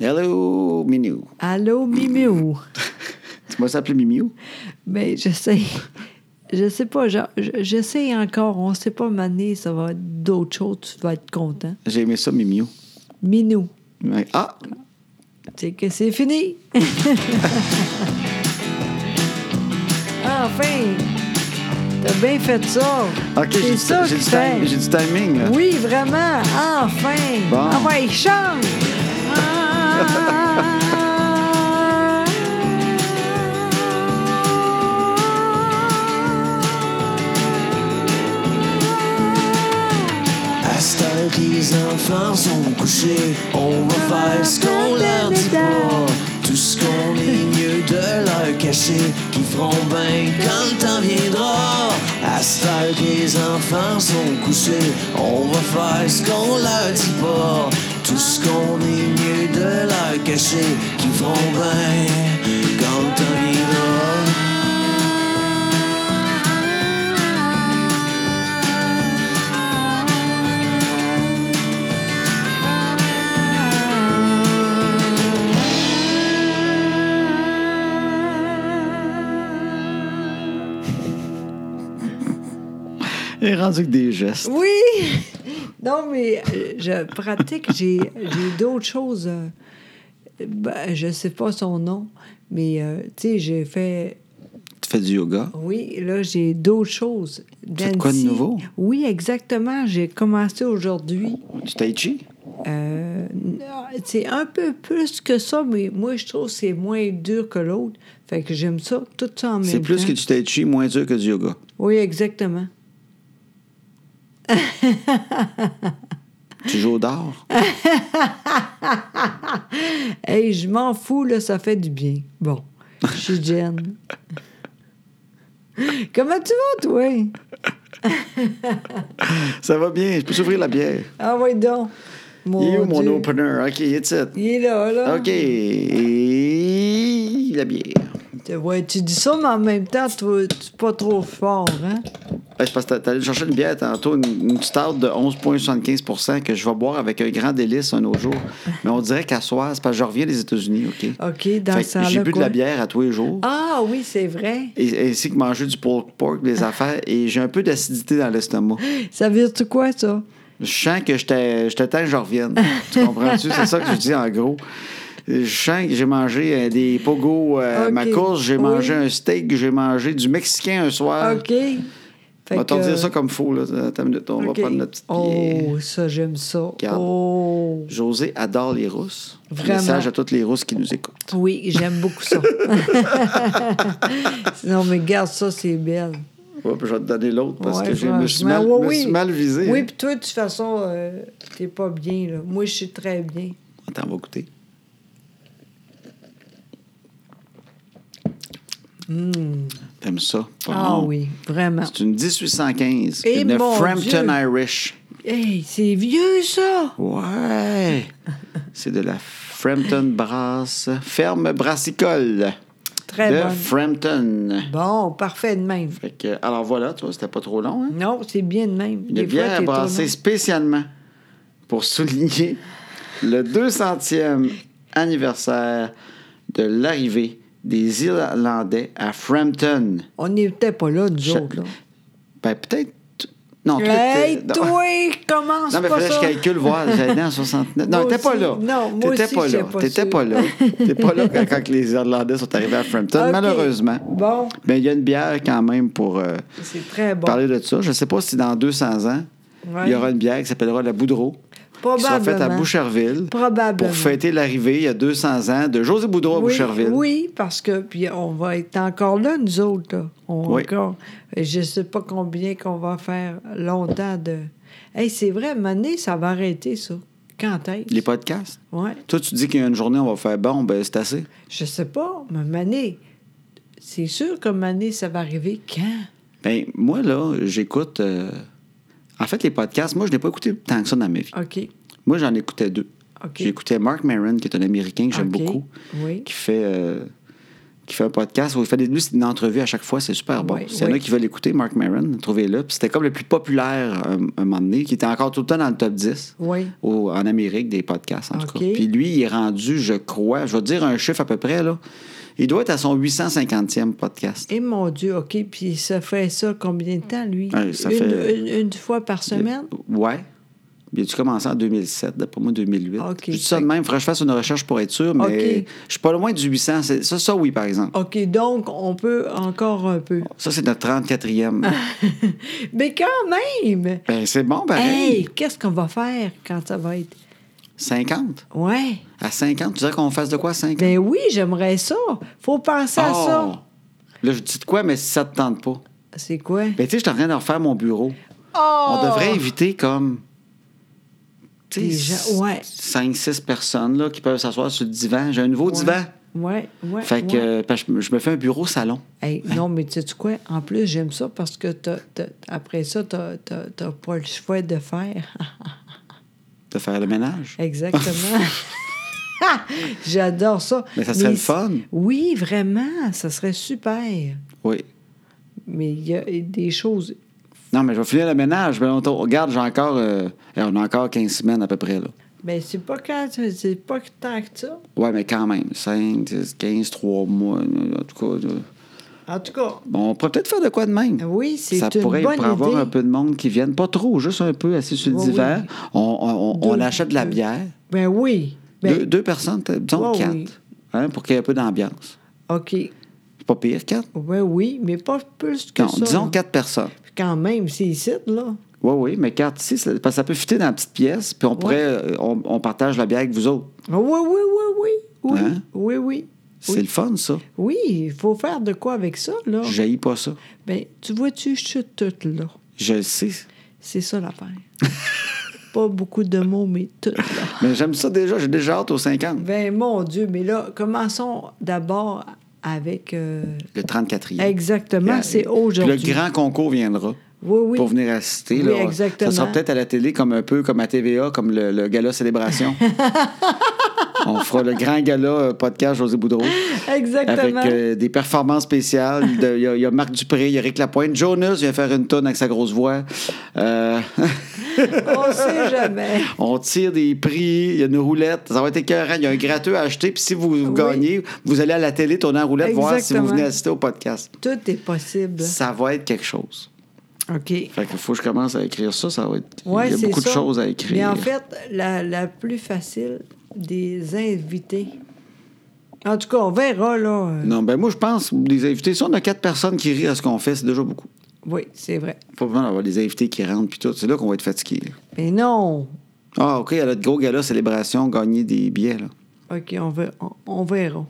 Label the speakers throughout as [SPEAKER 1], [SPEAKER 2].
[SPEAKER 1] Hello, Minou.
[SPEAKER 2] Allô, Mimiou.
[SPEAKER 1] Tu m'as appelé Mimiou?
[SPEAKER 2] Mais Ben, je sais. Je sais pas. Je, je- je sais encore. On sait pas, Mané, ça va être d'autres choses. Tu vas être content.
[SPEAKER 1] J'ai aimé ça, Mimiou.
[SPEAKER 2] Minou.
[SPEAKER 1] Ouais. Ah!
[SPEAKER 2] C'est que c'est fini. enfin. T'as bien fait ça.
[SPEAKER 1] OK, j'ai
[SPEAKER 2] c'est
[SPEAKER 1] du,
[SPEAKER 2] ça
[SPEAKER 1] j'ai
[SPEAKER 2] que
[SPEAKER 1] du
[SPEAKER 2] tu
[SPEAKER 1] time-
[SPEAKER 2] fais.
[SPEAKER 1] j'ai du timing. Là.
[SPEAKER 2] Oui, vraiment. Enfin.
[SPEAKER 1] Bon.
[SPEAKER 2] Ah ouais, chante. Ah.
[SPEAKER 3] À cette heure que les enfants sont couchés, on va faire ce qu'on leur dit pas. Tout ce qu'on est mieux de leur cacher, qu'ils feront bien quand le temps viendra. À cette heure que les enfants sont couchés, on va faire ce qu'on leur dit pas. Tout ce qu'on est mieux de leur cacher, qu'ils feront bien quand le temps viendra.
[SPEAKER 1] Il est rendu que des gestes.
[SPEAKER 2] Oui! Non, mais euh, je pratique, j'ai j'ai d'autres choses. euh, ben, je sais pas son nom, mais euh, tu sais, j'ai fait.
[SPEAKER 1] Tu fais du yoga?
[SPEAKER 2] Oui, là, j'ai d'autres choses.
[SPEAKER 1] fais de quoi de
[SPEAKER 2] Dancy-
[SPEAKER 1] nouveau?
[SPEAKER 2] Oui, exactement. J'ai commencé aujourd'hui.
[SPEAKER 1] Du tai chi?
[SPEAKER 2] Euh, c'est un peu plus que ça, mais moi, je trouve que c'est moins dur que l'autre. Fait que j'aime ça, tout ça en même temps.
[SPEAKER 1] C'est plus que du tai chi, moins dur que du yoga.
[SPEAKER 2] Oui, exactement.
[SPEAKER 1] Tu joues d'art?
[SPEAKER 2] Hey, je m'en fous, là, ça fait du bien. Bon, je suis Jen. Comment tu vas, toi?
[SPEAKER 1] Ça va bien, je peux s'ouvrir la bière.
[SPEAKER 2] Ah oui, donc. Mon
[SPEAKER 1] Il est où mon
[SPEAKER 2] Oh Dieu.
[SPEAKER 1] opener? OK, it's it.
[SPEAKER 2] Il est là, là.
[SPEAKER 1] OK. Et la bière.
[SPEAKER 2] Tu- Ouais, tu dis ça, mais en même temps, tu tu es pas trop fort, hein?
[SPEAKER 1] Ben, c'est parce que t'as- t'allais chercher une bière tantôt, une, une stout de 11,75 que je vais boire avec un grand délice un autre jour. Mais on dirait qu'à soir, c'est parce que je reviens des États-Unis, OK?
[SPEAKER 2] OK, dans
[SPEAKER 1] Fait que
[SPEAKER 2] ce temps-là,
[SPEAKER 1] J'ai bu de la
[SPEAKER 2] quoi?
[SPEAKER 1] bière à tous les jours.
[SPEAKER 2] Ah oui, c'est vrai.
[SPEAKER 1] et- ainsi que manger du pork pork, des affaires, et j'ai un peu d'acidité dans l'estomac.
[SPEAKER 2] Ça veut dire quoi, ça?
[SPEAKER 1] Je sens que je t'ai- je t'attends que je revienne. Tu comprends-tu? C'est ça que je dis en gros. Je sens que j'ai mangé euh, des pogos euh,
[SPEAKER 2] Ok.
[SPEAKER 1] ma course, j'ai
[SPEAKER 2] Oui.
[SPEAKER 1] mangé un steak, j'ai mangé du mexicain un soir.
[SPEAKER 2] OK.
[SPEAKER 1] Euh,
[SPEAKER 2] Fait
[SPEAKER 1] On va t'en
[SPEAKER 2] que-
[SPEAKER 1] dire ça comme faux, là. Attends une minute, on va
[SPEAKER 2] OK.
[SPEAKER 1] prendre notre petite bière.
[SPEAKER 2] Oh, ça, j'aime ça.
[SPEAKER 1] Regarde.
[SPEAKER 2] Oh.
[SPEAKER 1] José adore les rousses.
[SPEAKER 2] Vraiment.
[SPEAKER 1] Message à toutes les rousses qui nous écoutent.
[SPEAKER 2] Oui, j'aime beaucoup ça. non, mais garde ça, c'est belle.
[SPEAKER 1] Ouais, puis je vais te donner l'autre parce
[SPEAKER 2] Ouais,
[SPEAKER 1] que je me suis
[SPEAKER 2] franchement.
[SPEAKER 1] mal,
[SPEAKER 2] Ouais,
[SPEAKER 1] me
[SPEAKER 2] oui.
[SPEAKER 1] suis mal visé.
[SPEAKER 2] Oui,
[SPEAKER 1] hein.
[SPEAKER 2] puis toi, de toute façon, euh, t'es pas bien. Là. Moi, je suis très bien.
[SPEAKER 1] Attends, on va goûter. T'aimes ça? Pas
[SPEAKER 2] Mmh. Ah
[SPEAKER 1] bon.
[SPEAKER 2] oui, vraiment.
[SPEAKER 1] C'est une 1815.
[SPEAKER 2] Eh,
[SPEAKER 1] une
[SPEAKER 2] mon
[SPEAKER 1] Frampton
[SPEAKER 2] Dieu.
[SPEAKER 1] Irish.
[SPEAKER 2] Hey, c'est vieux, ça!
[SPEAKER 1] Ouais. C'est de la Frampton Brass. Ferme brassicole.
[SPEAKER 2] Très
[SPEAKER 1] de
[SPEAKER 2] bonne.
[SPEAKER 1] Frampton.
[SPEAKER 2] Bon, parfait de même.
[SPEAKER 1] Fait que, alors voilà, tu vois, c'était pas trop long. Hein?
[SPEAKER 2] Non, c'est bien de même.
[SPEAKER 1] Une bière
[SPEAKER 2] t'es trop
[SPEAKER 1] brassée
[SPEAKER 2] long.
[SPEAKER 1] spécialement pour souligner le 200e anniversaire de l'arrivée des Irlandais à Frampton.
[SPEAKER 2] On n'était pas là, nous
[SPEAKER 1] Cha-
[SPEAKER 2] autres. Là.
[SPEAKER 1] Ben, peut-être. Non, toi,
[SPEAKER 2] Hey,
[SPEAKER 1] t'es- non.
[SPEAKER 2] toi, commence
[SPEAKER 1] Non, mais
[SPEAKER 2] pas
[SPEAKER 1] fallait que
[SPEAKER 2] ça.
[SPEAKER 1] je calcule, voir, j'allais en 69. Non,
[SPEAKER 2] Moi
[SPEAKER 1] t'étais pas
[SPEAKER 2] aussi.
[SPEAKER 1] là.
[SPEAKER 2] Non, moi
[SPEAKER 1] T'étais
[SPEAKER 2] aussi,
[SPEAKER 1] pas là.
[SPEAKER 2] j'étais pas
[SPEAKER 1] T'étais
[SPEAKER 2] sûre.
[SPEAKER 1] pas là. T'étais pas là quand, quand les Irlandais sont arrivés à Frampton,
[SPEAKER 2] OK.
[SPEAKER 1] malheureusement.
[SPEAKER 2] Bon.
[SPEAKER 1] Mais il y a une bière quand même pour. euh,
[SPEAKER 2] C'est très bon.
[SPEAKER 1] parler de ça. Je ne sais pas si dans 200 ans,
[SPEAKER 2] Ouais.
[SPEAKER 1] il y aura une bière qui s'appellera la Boudreau. Qui sera faite à
[SPEAKER 2] Probablement.
[SPEAKER 1] Boucherville.
[SPEAKER 2] Probablement.
[SPEAKER 1] Pour fêter l'arrivée il y a 200 ans de José Boudreau à
[SPEAKER 2] oui,
[SPEAKER 1] Boucherville.
[SPEAKER 2] Oui, parce que puis on va être encore là, nous autres. Là. On,
[SPEAKER 1] Oui.
[SPEAKER 2] encore, je ne sais pas combien qu'on va faire longtemps de. Hey, c'est vrai, Mané, ça va arrêter ça. Quand est-ce?
[SPEAKER 1] Les podcasts.
[SPEAKER 2] Ouais,
[SPEAKER 1] Toi, tu dis qu'il y a une journée, on va faire bon, ben c'est assez.
[SPEAKER 2] je sais pas, mais Mané, c'est sûr que Mané, ça va arriver quand?
[SPEAKER 1] Ben, moi, là, j'écoute. euh, En fait, les podcasts, moi, je n'ai pas écouté tant que ça dans ma vie.
[SPEAKER 2] OK.
[SPEAKER 1] Moi, j'en écoutais deux.
[SPEAKER 2] OK.
[SPEAKER 1] J'écoutais Mark Maron, qui est un Américain que j'aime
[SPEAKER 2] OK.
[SPEAKER 1] beaucoup,
[SPEAKER 2] Oui.
[SPEAKER 1] qui fait. euh, qui fait un podcast où il fait des. Lui, c'est une entrevue à chaque fois, c'est super bon.
[SPEAKER 2] Oui,
[SPEAKER 1] S'il y en a
[SPEAKER 2] oui.
[SPEAKER 1] qui veulent l'écouter, Mark Maron, trouvez-le. Puis c'était comme le plus populaire euh, un moment donné, qui était encore tout le temps dans le top 10
[SPEAKER 2] Oui.
[SPEAKER 1] au- en Amérique des podcasts, en tout
[SPEAKER 2] OK.
[SPEAKER 1] cas. Puis lui, il est rendu, je crois, je vais te dire un chiffre à peu près, là. Il doit être à son 850e podcast.
[SPEAKER 2] Et mon Dieu, OK. Puis ça fait ça combien de temps, lui?
[SPEAKER 1] Ouais, ça
[SPEAKER 2] une,
[SPEAKER 1] fait-
[SPEAKER 2] une- une fois par semaine?
[SPEAKER 1] Ouais. Il a dû commencer en 2007, d'après moi, 2008.
[SPEAKER 2] Ah, OK.
[SPEAKER 1] Je dis ça de même, faudrait que je fasse une recherche pour être sûr, mais
[SPEAKER 2] OK.
[SPEAKER 1] je suis pas loin du 800. C'est- Ça, ça, oui, par exemple.
[SPEAKER 2] OK, donc on peut encore un peu.
[SPEAKER 1] Ça, c'est notre 34e.
[SPEAKER 2] Ah. Mais quand même!
[SPEAKER 1] ben, c'est bon, pareil.
[SPEAKER 2] Hey, qu'est-ce qu'on va faire quand ça va être...
[SPEAKER 1] 50.
[SPEAKER 2] Ouais.
[SPEAKER 1] À 50, tu dirais qu'on fasse de quoi à 50?
[SPEAKER 2] Ben oui, j'aimerais ça. Faut penser à
[SPEAKER 1] Oh!
[SPEAKER 2] Ben, ça.
[SPEAKER 1] Là, je dis de quoi, mais si ça te tente pas.
[SPEAKER 2] C'est quoi?
[SPEAKER 1] Ben, tu sais, je suis en train de refaire mon bureau.
[SPEAKER 2] Oh!
[SPEAKER 1] On devrait inviter comme. Tu
[SPEAKER 2] Des gens- ouais.
[SPEAKER 1] 5-6 personnes là, qui peuvent s'asseoir sur le divan. J'ai un nouveau divan.
[SPEAKER 2] Ouais, ouais.
[SPEAKER 1] Fait que
[SPEAKER 2] ouais.
[SPEAKER 1] euh, parce que je me fais un bureau salon.
[SPEAKER 2] Hey, non, mais tu sais quoi? En plus, j'aime ça parce que t'as- t'as- après ça, t'as t'as- t'as pas le choix de faire.
[SPEAKER 1] de faire le ménage.
[SPEAKER 2] Exactement. J'adore ça.
[SPEAKER 1] Mais ça serait le fun.
[SPEAKER 2] Oui, vraiment, ça serait super.
[SPEAKER 1] Oui.
[SPEAKER 2] Mais il y a des choses.
[SPEAKER 1] Non, mais je vais finir le ménage. Mais on t- regarde, j'ai encore. euh, eh, on a encore 15 semaines à peu près, là.
[SPEAKER 2] Mais Ben, c'est pas quand c'est pas tant que ça.
[SPEAKER 1] Ouais, mais quand même. 5, 10, 15, 3 mois. euh, En tout cas, euh,
[SPEAKER 2] En tout cas,
[SPEAKER 1] bon, on pourrait peut-être faire de quoi de même.
[SPEAKER 2] oui, c'est
[SPEAKER 1] Ça
[SPEAKER 2] une
[SPEAKER 1] pourrait
[SPEAKER 2] bonne
[SPEAKER 1] pour avoir
[SPEAKER 2] idée.
[SPEAKER 1] un peu de monde qui vienne. Pas trop, juste un peu assis sur le
[SPEAKER 2] Oui,
[SPEAKER 1] divan.
[SPEAKER 2] oui.
[SPEAKER 1] On, on- on- on
[SPEAKER 2] Deux-
[SPEAKER 1] achète de la
[SPEAKER 2] deux.
[SPEAKER 1] bière.
[SPEAKER 2] Ben oui. Ben,
[SPEAKER 1] deux, deux personnes, peut-être, disons
[SPEAKER 2] Ouais,
[SPEAKER 1] quatre.
[SPEAKER 2] oui.
[SPEAKER 1] Hein, pour qu'il y ait un peu d'ambiance.
[SPEAKER 2] OK.
[SPEAKER 1] C'est pas pire, quatre?
[SPEAKER 2] Ben oui, mais pas plus que
[SPEAKER 1] Non,
[SPEAKER 2] ça.
[SPEAKER 1] disons
[SPEAKER 2] là.
[SPEAKER 1] quatre personnes.
[SPEAKER 2] Quand même, c'est ici, là.
[SPEAKER 1] Oui, oui, mais quatre ici, ça, parce que ça peut fitter dans la petite pièce, puis on pourrait, euh, on, on partage la bière avec vous autres.
[SPEAKER 2] Ah Oui, oui, oui, oui. Oui,
[SPEAKER 1] Hein?
[SPEAKER 2] oui, oui.
[SPEAKER 1] C'est le fun, ça.
[SPEAKER 2] Oui, il faut faire de quoi avec ça, là.
[SPEAKER 1] Je haïs pas ça.
[SPEAKER 2] Ben, tu vois-tu, je suis toute là.
[SPEAKER 1] Je le sais.
[SPEAKER 2] C'est ça l'affaire. Pas beaucoup de mots, mais tout. là.
[SPEAKER 1] Mais j'aime ça déjà. J'ai déjà hâte aux 50.
[SPEAKER 2] Ben, mon Dieu, mais là, commençons d'abord avec. euh,
[SPEAKER 1] Le 34e.
[SPEAKER 2] Exactement,
[SPEAKER 1] Puis,
[SPEAKER 2] c'est
[SPEAKER 1] euh,
[SPEAKER 2] aujourd'hui.
[SPEAKER 1] puis Le grand concours viendra.
[SPEAKER 2] Oui, oui.
[SPEAKER 1] Pour venir assister.
[SPEAKER 2] Oui,
[SPEAKER 1] là.
[SPEAKER 2] exactement.
[SPEAKER 1] Ça sera peut-être à la télé, comme un peu comme à TVA, comme le, le gala célébration. On fera le grand gala euh, podcast José Boudreau. Avec
[SPEAKER 2] Exactement.
[SPEAKER 1] euh, des performances spéciales. de- Il y, a- il y a Marc Dupré, il y a Rick Lapointe. Jonas vient faire une tonne avec sa grosse voix. Euh,
[SPEAKER 2] On sait jamais.
[SPEAKER 1] On tire des prix, il y a une roulette, ça va être écœurant, il y a un gratteux à acheter, puis si vous, vous
[SPEAKER 2] Oui.
[SPEAKER 1] gagnez, vous allez à la télé tourner en roulette, voir si vous
[SPEAKER 2] Exactement.
[SPEAKER 1] venez assister au podcast.
[SPEAKER 2] Tout est possible.
[SPEAKER 1] Ça va être quelque chose.
[SPEAKER 2] OK.
[SPEAKER 1] Fait qu'il faut que je commence à écrire ça, ça va être...
[SPEAKER 2] Ouais,
[SPEAKER 1] il y a
[SPEAKER 2] c'est
[SPEAKER 1] beaucoup
[SPEAKER 2] ça.
[SPEAKER 1] de choses à
[SPEAKER 2] Mais
[SPEAKER 1] écrire.
[SPEAKER 2] en fait, la, la plus facile des invités. En tout cas, on verra, là. euh,
[SPEAKER 1] Non, ben moi, je pense, les invités, si on a quatre personnes qui rient à ce qu'on fait, c'est déjà beaucoup.
[SPEAKER 2] Oui, c'est vrai.
[SPEAKER 1] Faut vraiment avoir des invités qui rentrent, puis tout, c'est là qu'on va être fatigué. là.
[SPEAKER 2] Mais non!
[SPEAKER 1] Ah, OK, à notre gros gala, célébration, gagner des billets, là.
[SPEAKER 2] OK, on, ver- on, on verra.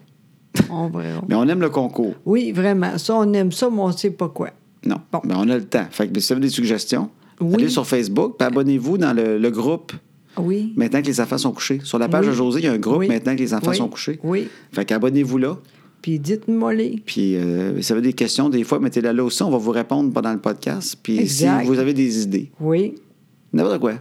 [SPEAKER 2] On verra.
[SPEAKER 1] Mais on aime le concours.
[SPEAKER 2] Oui, vraiment. Ça, on aime ça, mais on ne sait pas quoi.
[SPEAKER 1] Non.
[SPEAKER 2] Bon.
[SPEAKER 1] Mais on a le temps. Fait que ben, si vous avez des suggestions,
[SPEAKER 2] Oui.
[SPEAKER 1] allez sur Facebook, puis abonnez-vous dans le, le groupe
[SPEAKER 2] Oui.
[SPEAKER 1] Maintenant que les enfants sont couchés. Sur la page
[SPEAKER 2] Oui.
[SPEAKER 1] de José, il y a un groupe
[SPEAKER 2] Oui.
[SPEAKER 1] Maintenant que les enfants
[SPEAKER 2] Oui.
[SPEAKER 1] sont couchés.
[SPEAKER 2] Oui.
[SPEAKER 1] Fait qu'abonnez-vous là.
[SPEAKER 2] Puis dites-moi les.
[SPEAKER 1] Puis, euh, si vous avez des questions, des fois, mettez-la là aussi. On va vous répondre pendant le podcast. Puis,
[SPEAKER 2] Exact.
[SPEAKER 1] si vous avez des idées,
[SPEAKER 2] Oui,
[SPEAKER 1] n'importe quoi,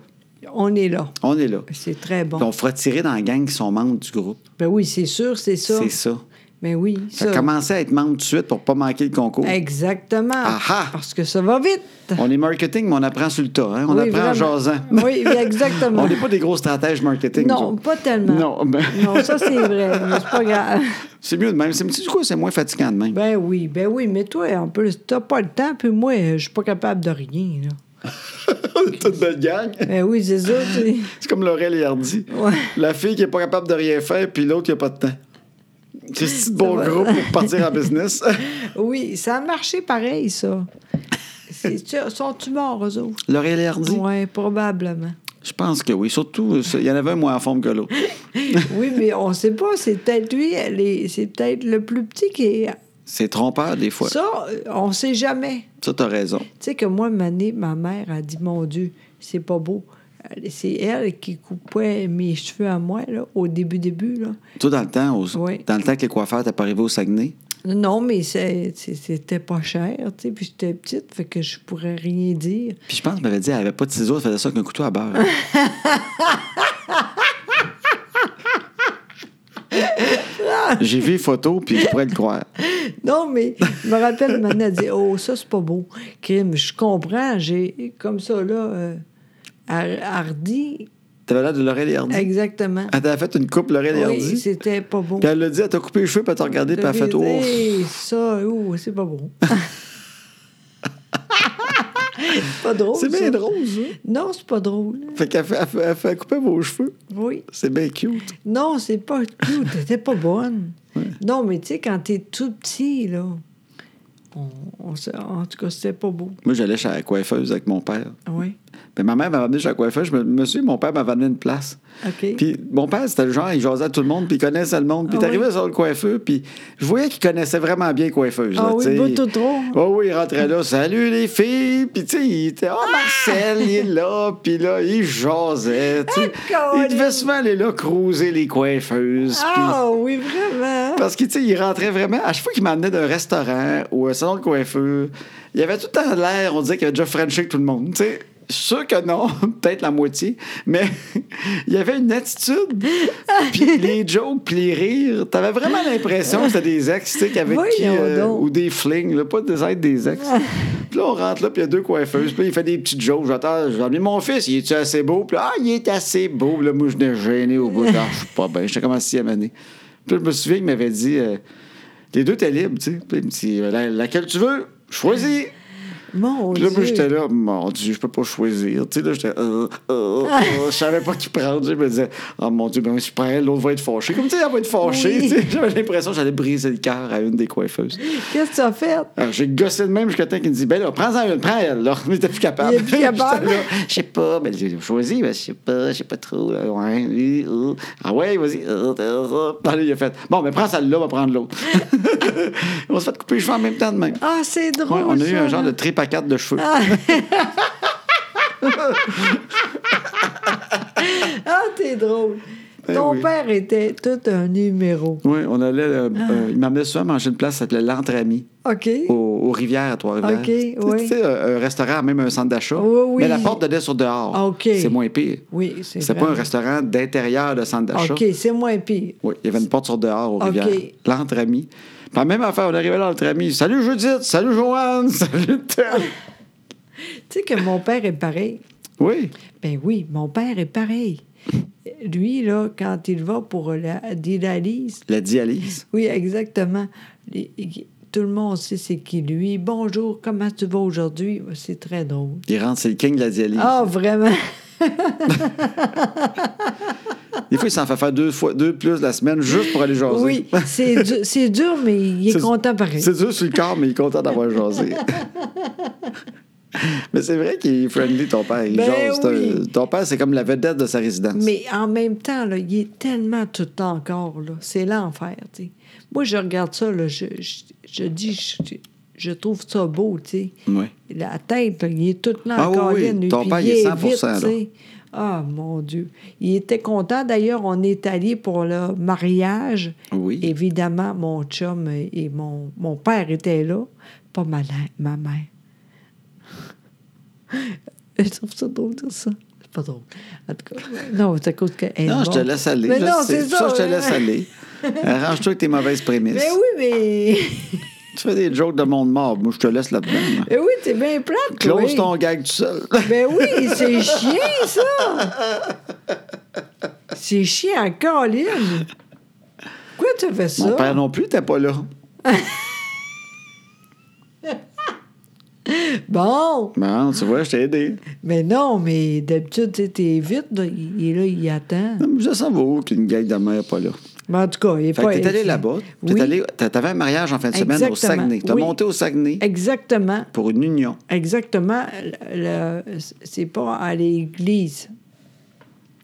[SPEAKER 2] on est là.
[SPEAKER 1] on est là.
[SPEAKER 2] C'est très bon.
[SPEAKER 1] Puis, on fera tirer dans la gang qui sont membres du groupe.
[SPEAKER 2] Ben oui, c'est sûr, c'est ça.
[SPEAKER 1] C'est ça.
[SPEAKER 2] Mais oui,
[SPEAKER 1] Fait
[SPEAKER 2] ça.
[SPEAKER 1] que commencez à être membre tout de suite pour pas manquer le concours.
[SPEAKER 2] Exactement.
[SPEAKER 1] Aha!
[SPEAKER 2] Parce que ça va vite.
[SPEAKER 1] On est marketing, mais on apprend sur le tas. hein. On
[SPEAKER 2] Oui,
[SPEAKER 1] apprend en
[SPEAKER 2] vraiment.
[SPEAKER 1] jasant.
[SPEAKER 2] Oui, exactement.
[SPEAKER 1] on n'est pas des gros stratèges marketing. nous
[SPEAKER 2] Non,
[SPEAKER 1] autres.
[SPEAKER 2] pas tellement.
[SPEAKER 1] Non, ben-
[SPEAKER 2] Non, ça, c'est vrai. mais c'est pas grave.
[SPEAKER 1] C'est mieux de même. C'est, mais tu sais quoi, c'est moins fatigant de même.
[SPEAKER 2] Ben oui, ben oui, mais toi, en plus, t'as pas le temps, puis moi, je suis pas capable de rien, là.
[SPEAKER 1] Toute notre gang.
[SPEAKER 2] Ben oui, c'est ça, tu sais.
[SPEAKER 1] C'est comme Laurel et Hardy.
[SPEAKER 2] Ouais.
[SPEAKER 1] La fille qui n'est pas capable de rien faire, puis l'autre qui n'a pas de temps. C'est ce petit bon
[SPEAKER 2] va.
[SPEAKER 1] groupe pour partir en business.
[SPEAKER 2] Oui, ça a marché pareil, ça. C'est- tu- Sont-tu morts, eux autres?
[SPEAKER 1] Laurel et Hardy?
[SPEAKER 2] Oui, probablement.
[SPEAKER 1] Je pense que oui. Surtout, euh, ça- il y en avait un moins en forme que l'autre.
[SPEAKER 2] Oui, mais on sait pas, c'est peut-être lui, les- c'est peut-être le plus petit qui est.
[SPEAKER 1] C'est trompeur, des fois. Ça,
[SPEAKER 2] Ça, on sait jamais.
[SPEAKER 1] t'as raison.
[SPEAKER 2] Tu sais que moi, Mané, ma mère a dit Mon Dieu, c'est pas beau. Elle- C'est elle qui coupait mes cheveux à moi, là, au début, début, là.
[SPEAKER 1] Toi, dans le temps, au-
[SPEAKER 2] Oui.
[SPEAKER 1] dans le temps que les coiffeurs, t'as pas arrivé au Saguenay.
[SPEAKER 2] Non, mais c'est- c'est- c'était pas cher, tu sais, puis j'étais petite, fait que je pourrais rien dire.
[SPEAKER 1] Puis je pense qu'elle m'avait dit, elle avait pas de ciseaux, elle faisait ça avec un couteau à beurre. J'ai vu les photos, puis je pourrais le croire.
[SPEAKER 2] Non, mais je me rappelle maintenant, elle dit Oh, ça, c'est pas beau. Crime, je comprends, j'ai comme ça, là, euh, Har- Hardy,
[SPEAKER 1] T'avais l'air de Laurel et Hardy.
[SPEAKER 2] exactement.
[SPEAKER 1] Elle t'avait fait une coupe Laurel et
[SPEAKER 2] Oui,
[SPEAKER 1] Hardy. Puis
[SPEAKER 2] c'était pas beau.
[SPEAKER 1] elle l'a dit, elle t'a coupé les cheveux, puis elle t'a regardé, puis elle a fait oh,
[SPEAKER 2] Devine-
[SPEAKER 1] ouf.
[SPEAKER 2] Hey, ça, ouh, c'est pas bon. C'est pas drôle.
[SPEAKER 1] C'est bien
[SPEAKER 2] ça.
[SPEAKER 1] drôle, ça.
[SPEAKER 2] Non, c'est pas drôle.
[SPEAKER 1] Fait qu'elle fait, elle fait- elle fait couper vos cheveux.
[SPEAKER 2] Oui.
[SPEAKER 1] C'est bien cute.
[SPEAKER 2] Non, c'est pas tout. T'étais pas bonne. Non, mais tu sais, quand t'es tout petit, là, on, on se- en tout cas, c'était pas beau.
[SPEAKER 1] Moi, j'allais chez la coiffeuse avec mon père.
[SPEAKER 2] Oui.
[SPEAKER 1] Mais ma mère m'avait amené chez la coiffeuse. Je me, me suis dit, mon père m'avait amené une place.
[SPEAKER 2] OK.
[SPEAKER 1] Puis mon père, c'était le genre, il jasait à tout le monde, puis il connaissait le monde. Puis
[SPEAKER 2] Ah
[SPEAKER 1] il t'arrivais
[SPEAKER 2] oui.
[SPEAKER 1] sur le coiffeur, puis je voyais qu'il connaissait vraiment bien les coiffeuses.
[SPEAKER 2] Ah
[SPEAKER 1] là,
[SPEAKER 2] oui,
[SPEAKER 1] tu sais.
[SPEAKER 2] beau tout trop.
[SPEAKER 1] Oh oui, il rentrait là, salut les filles, puis tu sais, il était, oh Marcel, il est là, puis là, il jasait. tu sais.
[SPEAKER 2] Ah,
[SPEAKER 1] il devait
[SPEAKER 2] Colin.
[SPEAKER 1] souvent aller là, cruiser les coiffeuses. puis-
[SPEAKER 2] Ah oui, vraiment.
[SPEAKER 1] parce que, tu sais, il rentrait vraiment. À chaque fois qu'il m'amenait d'un restaurant ou un salon de coiffeur, il y avait tout le temps l'air, on disait qu'il avait déjà Frenché que tout le monde. Tu sais, je suis sûr que non, peut-être la moitié, mais il y avait une attitude. Puis les jokes, puis les rires. T'avais vraiment l'impression que c'était des ex, tu sais, qu'avec qui.
[SPEAKER 2] Voyons
[SPEAKER 1] euh,
[SPEAKER 2] donc. Ah.
[SPEAKER 1] ou des flings, là, pas des aides des ex. Puis là, on rentre là, puis il y a deux coiffeuses. Puis là, il fait des petites jokes. J'entends, j'ai amené mon fils, il est-tu assez beau? Puis là, ah, il est assez beau. Puis là, moi, je venais gêné au bout. Ah, je suis pas bien. J'étais comme à sixième année. Puis là, je me souviens qu'il m'avait dit, euh, les deux, t'es libre, tu sais. Puis il me dit, La- laquelle tu veux? Choisis.
[SPEAKER 2] Mon
[SPEAKER 1] Puis là, moi,
[SPEAKER 2] Dieu.
[SPEAKER 1] j'étais là, mon Dieu, je peux pas choisir. Tu sais, là, j'étais, euh, euh,
[SPEAKER 2] Ah.
[SPEAKER 1] euh, je savais pas qui prendre. Je me disais, oh mon Dieu, ben oui, je prends, l'autre va être fâchée. Comme tu sais, elle va être fâchée.
[SPEAKER 2] Oui.
[SPEAKER 1] tu sais. J'avais l'impression que j'allais briser le cœur à une des coiffeuses.
[SPEAKER 2] Qu'est-ce que tu as fait?
[SPEAKER 1] Alors, j'ai gossé de même jusqu'à temps qu'il me dit, ben là, prends-en une, prends elle, là. Mais t'es plus capable.
[SPEAKER 2] Il est plus capable.
[SPEAKER 1] J'étais là, Je sais pas, ben, j'ai choisi, ben, je sais pas, je sais pas trop. là, ouais, oui, euh. Ah ouais, vas-y. euh, euh, euh. Puis là, il a fait, bon, mais prends celle-là, on va prendre l'autre. on se fait couper les cheveux en même temps de même.
[SPEAKER 2] Ah, c'est
[SPEAKER 1] Ouais,
[SPEAKER 2] drôle.
[SPEAKER 1] on a eu
[SPEAKER 2] ça,
[SPEAKER 1] un genre
[SPEAKER 2] là.
[SPEAKER 1] de trip à quatre de cheveux.
[SPEAKER 2] Ah, t'es drôle.
[SPEAKER 1] Ben
[SPEAKER 2] Ton
[SPEAKER 1] oui.
[SPEAKER 2] père était tout un numéro.
[SPEAKER 1] Oui, on allait. euh,
[SPEAKER 2] Ah.
[SPEAKER 1] euh, il m'amenait souvent manger une place, ça s'appelait L'Entre Amis,
[SPEAKER 2] OK?
[SPEAKER 1] au, aux Rivières, à Trois-Rivières.
[SPEAKER 2] OK,
[SPEAKER 1] Tu sais,
[SPEAKER 2] oui.
[SPEAKER 1] Tu sais, un un restaurant, même un centre d'achat.
[SPEAKER 2] Oui, oui. Ah,
[SPEAKER 1] Mais la porte donnait sur dehors.
[SPEAKER 2] OK.
[SPEAKER 1] C'est moins pire.
[SPEAKER 2] Oui, c'est
[SPEAKER 1] C'était pas un
[SPEAKER 2] vraiment-
[SPEAKER 1] restaurant d'intérieur de centre d'achat.
[SPEAKER 2] OK, c'est moins pire.
[SPEAKER 1] Oui, il y avait une porte sur dehors aux
[SPEAKER 2] OK.
[SPEAKER 1] Rivières. L'Entre Amis. Puis la même affaire, on arrivait là, l'Entre Amis. Salut Judith, salut Joanne, salut Tel.
[SPEAKER 2] Tu sais que mon père est pareil.
[SPEAKER 1] Oui.
[SPEAKER 2] Ben oui, mon père est pareil. Lui, là, quand il va pour la dialyse,
[SPEAKER 1] La dialyse.
[SPEAKER 2] oui, exactement. Les- il- Tout le monde sait c'est qui lui. Bonjour, comment tu vas aujourd'hui? C'est très drôle.
[SPEAKER 1] Il rentre, c'est le king de la dialyse.
[SPEAKER 2] Ah, vraiment?
[SPEAKER 1] Des fois, il s'en fait faire deux fois, deux plus la semaine juste pour aller jaser.
[SPEAKER 2] Oui, c'est du- c'est dur, mais il est,
[SPEAKER 1] C'est-
[SPEAKER 2] content pareil.
[SPEAKER 1] C'est dur sur le corps, mais il est content d'avoir jasé. mais c'est vrai qu'il est friendly, ton père. Il
[SPEAKER 2] Ben
[SPEAKER 1] jase. C'est un-
[SPEAKER 2] oui.
[SPEAKER 1] Ton père, c'est comme la vedette de sa résidence.
[SPEAKER 2] Mais en même temps, là, il est tellement tout le temps encore. Là. C'est l'enfer. tu sais. Moi, je regarde ça, là, je, je, je dis, je, je trouve ça beau. tu sais.
[SPEAKER 1] Oui.
[SPEAKER 2] La tête, là, il est tout le temps
[SPEAKER 1] Ah oui,
[SPEAKER 2] encore
[SPEAKER 1] oui. Ton père, il est 100%, là.
[SPEAKER 2] Ah, mon Dieu. Il était content. D'ailleurs, on est allé pour le mariage.
[SPEAKER 1] Oui.
[SPEAKER 2] Évidemment, mon chum et mon, mon père étaient là. Pas ma, la- ma mère. Je trouve ça drôle de dire ça. C'est pas drôle. En tout cas, non, c'est à cause que. elle est
[SPEAKER 1] Non, je te
[SPEAKER 2] morte.
[SPEAKER 1] laisse aller.
[SPEAKER 2] Mais
[SPEAKER 1] je
[SPEAKER 2] non,
[SPEAKER 1] sais.
[SPEAKER 2] c'est ça.
[SPEAKER 1] je te
[SPEAKER 2] hein. Ben
[SPEAKER 1] laisse aller. Arrange-toi avec tes mauvaises prémices.
[SPEAKER 2] Mais oui, mais.
[SPEAKER 1] Tu fais des jokes de monde mort. Moi, je te laisse là-dedans. là.
[SPEAKER 2] mais oui, t'es bien plate.
[SPEAKER 1] Close
[SPEAKER 2] oui.
[SPEAKER 1] ton gag tout seul.
[SPEAKER 2] Ben oui, c'est chiant, ça! C'est chiant, Colin! Pourquoi tu fais ça?
[SPEAKER 1] Mon père non plus, t'es pas là.
[SPEAKER 2] Bon!
[SPEAKER 1] Non, hein, tu vois, je t'ai aidé.
[SPEAKER 2] Mais non, mais d'habitude, tu sais, t'es vite, là. Il il est là, il attend.
[SPEAKER 1] Non, mais Je sens vaut qu'une gang de mère pas là.
[SPEAKER 2] Mais en tout cas, il est
[SPEAKER 1] Fait
[SPEAKER 2] pas...
[SPEAKER 1] que t'es allé là-bas. t'es
[SPEAKER 2] Oui,
[SPEAKER 1] allé- T'avais un mariage en fin de semaine au
[SPEAKER 2] Exactement.
[SPEAKER 1] Saguenay. T'as
[SPEAKER 2] Oui.
[SPEAKER 1] monté au Saguenay
[SPEAKER 2] exactement.
[SPEAKER 1] pour une union.
[SPEAKER 2] Exactement. Le- le- c'est pas à l'église.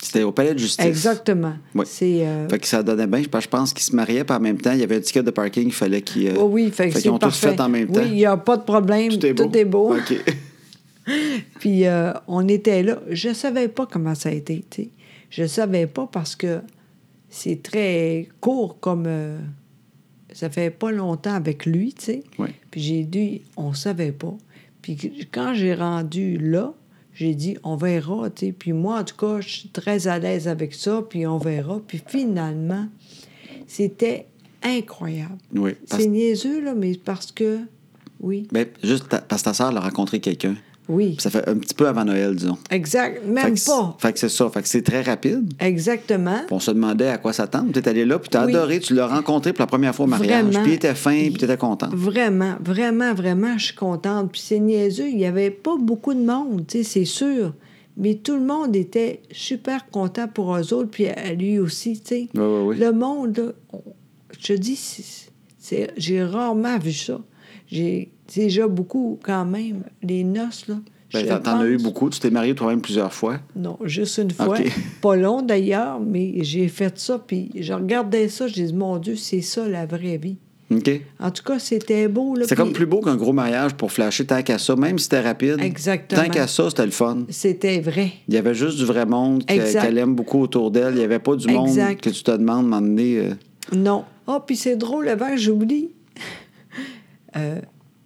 [SPEAKER 1] C'était au Palais de justice.
[SPEAKER 2] Exactement.
[SPEAKER 1] Oui.
[SPEAKER 2] C'est... euh,
[SPEAKER 1] Fait que ça donnait bien. Je pense- je pense qu'ils se mariaient, puis en même temps, il y avait un ticket de parking qu'il fallait qu'ils. euh,
[SPEAKER 2] oh oui, fait que c'est
[SPEAKER 1] qu'ils ont tous
[SPEAKER 2] parfait.
[SPEAKER 1] fait en même temps.
[SPEAKER 2] Oui, il n'y a pas de problème.
[SPEAKER 1] Tout est beau. OK.
[SPEAKER 2] Puis euh, on était là. Je savais pas comment ça a été. tu sais. Je savais pas parce que c'est très court comme. euh, ça fait pas longtemps avec lui, tu sais.
[SPEAKER 1] Oui.
[SPEAKER 2] Puis j'ai dit, on savait pas. Puis que- quand j'ai rendu là, j'ai dit, on verra, tu sais. Puis moi, en tout cas, je suis très à l'aise avec ça, puis on verra. Puis finalement, c'était incroyable.
[SPEAKER 1] Oui. Parce,
[SPEAKER 2] C'est niaiseux, là, mais parce que. Oui.
[SPEAKER 1] ben, juste ta- parce que ta sœur l'a rencontré quelqu'un.
[SPEAKER 2] Oui.
[SPEAKER 1] Ça fait un petit peu avant Noël, disons.
[SPEAKER 2] Exact.
[SPEAKER 1] Fait
[SPEAKER 2] Même
[SPEAKER 1] que,
[SPEAKER 2] pas.
[SPEAKER 1] Fait que c'est ça. Fait que c'est très rapide.
[SPEAKER 2] Exactement.
[SPEAKER 1] Puis On se demandait à quoi s'attendre. Tu es allé là, puis t'as
[SPEAKER 2] Oui.
[SPEAKER 1] adoré, tu l'as rencontré pour la première fois au mariage.
[SPEAKER 2] Vraiment.
[SPEAKER 1] Puis il était fin, puis t'étais content.
[SPEAKER 2] Vraiment, vraiment, vraiment, je suis contente. Puis c'est niaiseux, il n'y avait pas beaucoup de monde, tu sais, c'est sûr. Mais tout le monde était super content pour eux autres, puis à lui aussi, tu sais.
[SPEAKER 1] Oui, oui, oui.
[SPEAKER 2] Le monde, là, on- je te dis, c'est- c'est- j'ai rarement vu ça. J'ai c'est déjà beaucoup quand même, les noces, là.
[SPEAKER 1] Ben,
[SPEAKER 2] je
[SPEAKER 1] t'en- T'en as eu
[SPEAKER 2] pense-
[SPEAKER 1] beaucoup. Tu t'es marié toi-même plusieurs fois.
[SPEAKER 2] Non, juste une fois.
[SPEAKER 1] OK.
[SPEAKER 2] Pas long d'ailleurs, mais j'ai fait ça, puis je regardais ça, je dis, mon Dieu, c'est ça la vraie vie.
[SPEAKER 1] OK?
[SPEAKER 2] En tout cas, c'était beau. là,
[SPEAKER 1] C'est
[SPEAKER 2] puis-
[SPEAKER 1] comme plus beau qu'un gros mariage pour flasher tant qu'à ça, même si c'était rapide.
[SPEAKER 2] Exactement.
[SPEAKER 1] Tant qu'à ça, c'était le fun.
[SPEAKER 2] C'était vrai.
[SPEAKER 1] Il y avait juste du vrai monde que-
[SPEAKER 2] Exact.
[SPEAKER 1] qu'elle aime beaucoup autour d'elle. Il n'y avait pas du monde
[SPEAKER 2] Exact.
[SPEAKER 1] que tu te demandes de m'emmener. euh,
[SPEAKER 2] Non. Ah, puis c'est drôle, avant, j'oublie. Euh,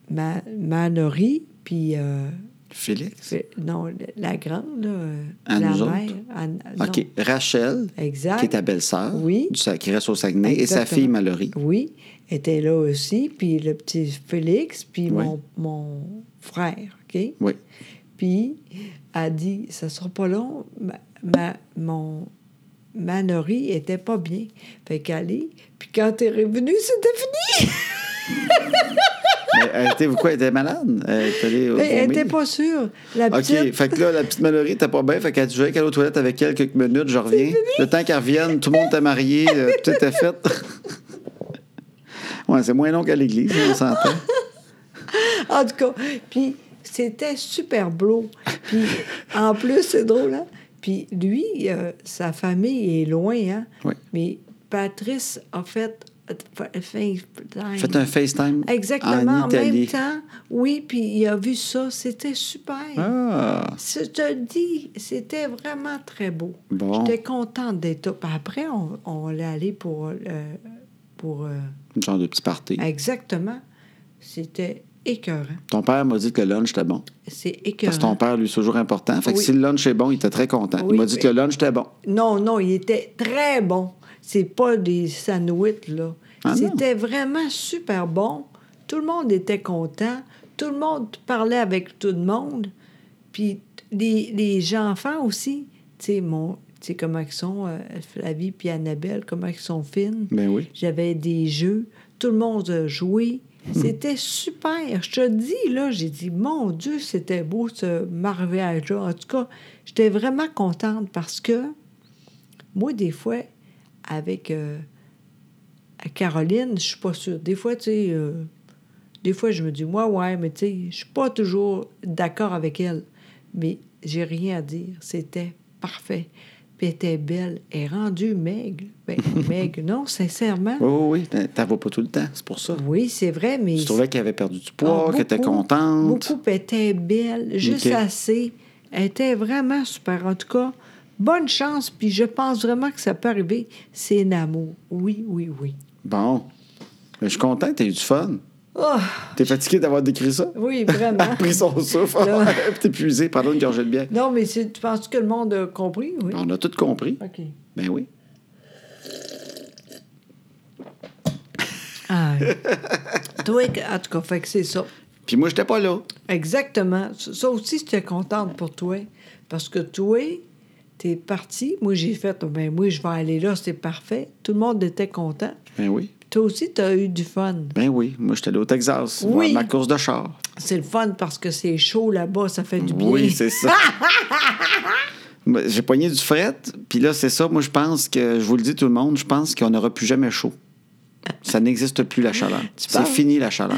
[SPEAKER 2] ma, ma Laurie, puis... euh,
[SPEAKER 1] Félix.
[SPEAKER 2] c'est- non, la grande, là, euh,
[SPEAKER 1] À
[SPEAKER 2] la
[SPEAKER 1] nous autres?
[SPEAKER 2] mère. à- non.
[SPEAKER 1] OK. Rachel,
[SPEAKER 2] Exact.
[SPEAKER 1] qui est ta belle-sœur,
[SPEAKER 2] Oui.
[SPEAKER 1] du Sa- qui reste au Saguenay, et sa
[SPEAKER 2] Exactement.
[SPEAKER 1] fille Mallory.
[SPEAKER 2] Oui, était là aussi, puis le petit Félix, puis
[SPEAKER 1] Oui.
[SPEAKER 2] mon, mon frère, OK?
[SPEAKER 1] Oui.
[SPEAKER 2] Puis, a dit, ça sera pas long, ma, ma- mon, ma nourrie était pas bien. Fait qu'elle est, puis quand t'es revenu, c'était fini!
[SPEAKER 1] Mais elle était, quoi, elle était malade? Elle était allée au
[SPEAKER 2] Mais elle
[SPEAKER 1] vomir?
[SPEAKER 2] était pas sûre. La
[SPEAKER 1] OK.
[SPEAKER 2] petite,
[SPEAKER 1] Fait que là, la petite Mallory était pas bien. Fait qu'elle a dit, je vais aller aux toilettes avec elle quelques minutes, je reviens. Le temps qu'elle revienne, tout le monde t'a marié, euh, tout était fait. ouais, c'est moins long qu'à l'église, on s'entend.
[SPEAKER 2] en tout cas, puis c'était super beau. Puis en plus, c'est drôle, hein? Puis lui, euh, sa famille est loin, hein?
[SPEAKER 1] Oui.
[SPEAKER 2] Mais Patrice a fait... fait- fait-
[SPEAKER 1] Faites un FaceTime
[SPEAKER 2] Exactement,
[SPEAKER 1] en
[SPEAKER 2] en
[SPEAKER 1] Italie.
[SPEAKER 2] même temps. Oui, puis il a vu ça, c'était super.
[SPEAKER 1] Ah!
[SPEAKER 2] Je te le dis, c'était vraiment très beau.
[SPEAKER 1] Bon.
[SPEAKER 2] J'étais contente d'être là. Puis Après, on, on allait aller pour... euh, pour euh,
[SPEAKER 1] Une genre de petit party.
[SPEAKER 2] Exactement. C'était écœurant.
[SPEAKER 1] Ton père m'a dit que le lunch était bon.
[SPEAKER 2] C'est
[SPEAKER 1] Parce que ton
[SPEAKER 2] écœurant.
[SPEAKER 1] père, lui, c'est toujours important. Fait que
[SPEAKER 2] Oui.
[SPEAKER 1] si le lunch est bon, il était très content. il
[SPEAKER 2] Oui,
[SPEAKER 1] m'a dit
[SPEAKER 2] mais-
[SPEAKER 1] que le lunch était bon.
[SPEAKER 2] Non, non, il était très bon. C'est pas des sandwichs, là.
[SPEAKER 1] Ah non.
[SPEAKER 2] C'était vraiment super bon. Tout le monde était content. Tout le monde parlait avec tout le monde. Puis t- les, les enfants aussi. Tu sais, mon... Tu sais comment ils sont, euh, Flavie puis Annabelle, comment ils sont fines.
[SPEAKER 1] Ben oui.
[SPEAKER 2] J'avais des jeux. Tout le monde a joué.
[SPEAKER 1] Hmm.
[SPEAKER 2] C'était super. Je te dis, là, j'ai dit, mon Dieu, c'était beau ce mariage-là. En tout cas, j'étais vraiment contente parce que moi, des fois, avec euh, Caroline, je suis pas sûre. Des fois, tu sais, euh, des fois, je me dis, moi, ouais, mais tu sais, je suis pas toujours d'accord avec elle. Mais j'ai rien à dire. C'était parfait. Puis elle était belle. Elle est rendue maigre. Ben, maigre, non, sincèrement.
[SPEAKER 1] Oui, oui, oui. Ben, T'en vas pas tout le temps, c'est pour ça.
[SPEAKER 2] Oui, c'est vrai, mais.
[SPEAKER 1] Tu trouvais qu'elle avait perdu du
[SPEAKER 2] Ah,
[SPEAKER 1] poids, qu'elle était
[SPEAKER 2] beaucoup,
[SPEAKER 1] contente.
[SPEAKER 2] Beaucoup, elle était belle, juste
[SPEAKER 1] Ok.
[SPEAKER 2] assez. Elle était vraiment super. En tout cas, bonne chance, puis je pense vraiment que ça peut arriver. C'est Namo. Oui, oui, oui.
[SPEAKER 1] Bon. Ben, je suis content, t'as eu du fun.
[SPEAKER 2] Ah,
[SPEAKER 1] T'es fatigué d'avoir décrit ça?
[SPEAKER 2] oui,
[SPEAKER 1] Elle a
[SPEAKER 2] vraiment.
[SPEAKER 1] pris son souffle.
[SPEAKER 2] Là.
[SPEAKER 1] T'es épuisé. Pardon, une gorgée de bière.
[SPEAKER 2] non, mais c'est- tu penses que le monde a compris? Oui.
[SPEAKER 1] On a tout compris.
[SPEAKER 2] OK.
[SPEAKER 1] Ben oui.
[SPEAKER 2] Ah, toi, en tout cas, fait que c'est ça.
[SPEAKER 1] Puis moi, j'étais pas là.
[SPEAKER 2] Exactement. Ça ça aussi, j'étais contente pour toi. Parce que toi, t'es parti. Moi, j'ai fait, Oh, ben oui, je vais aller là, c'est parfait. Tout le monde était content.
[SPEAKER 1] Ben oui.
[SPEAKER 2] Toi aussi, t'as eu du fun.
[SPEAKER 1] Ben oui. Moi, j'étais allé au Texas.
[SPEAKER 2] Oui.
[SPEAKER 1] voir Ma course de char.
[SPEAKER 2] C'est le fun parce que c'est chaud là-bas, ça fait du bien.
[SPEAKER 1] Oui, c'est ça. Moi, J'ai poigné du fret, puis là, c'est ça. Moi, je pense que, je vous le dis tout le monde, je pense qu'on n'aura plus jamais chaud. Ça n'existe plus, la chaleur. C'est
[SPEAKER 2] parles?
[SPEAKER 1] fini, la chaleur.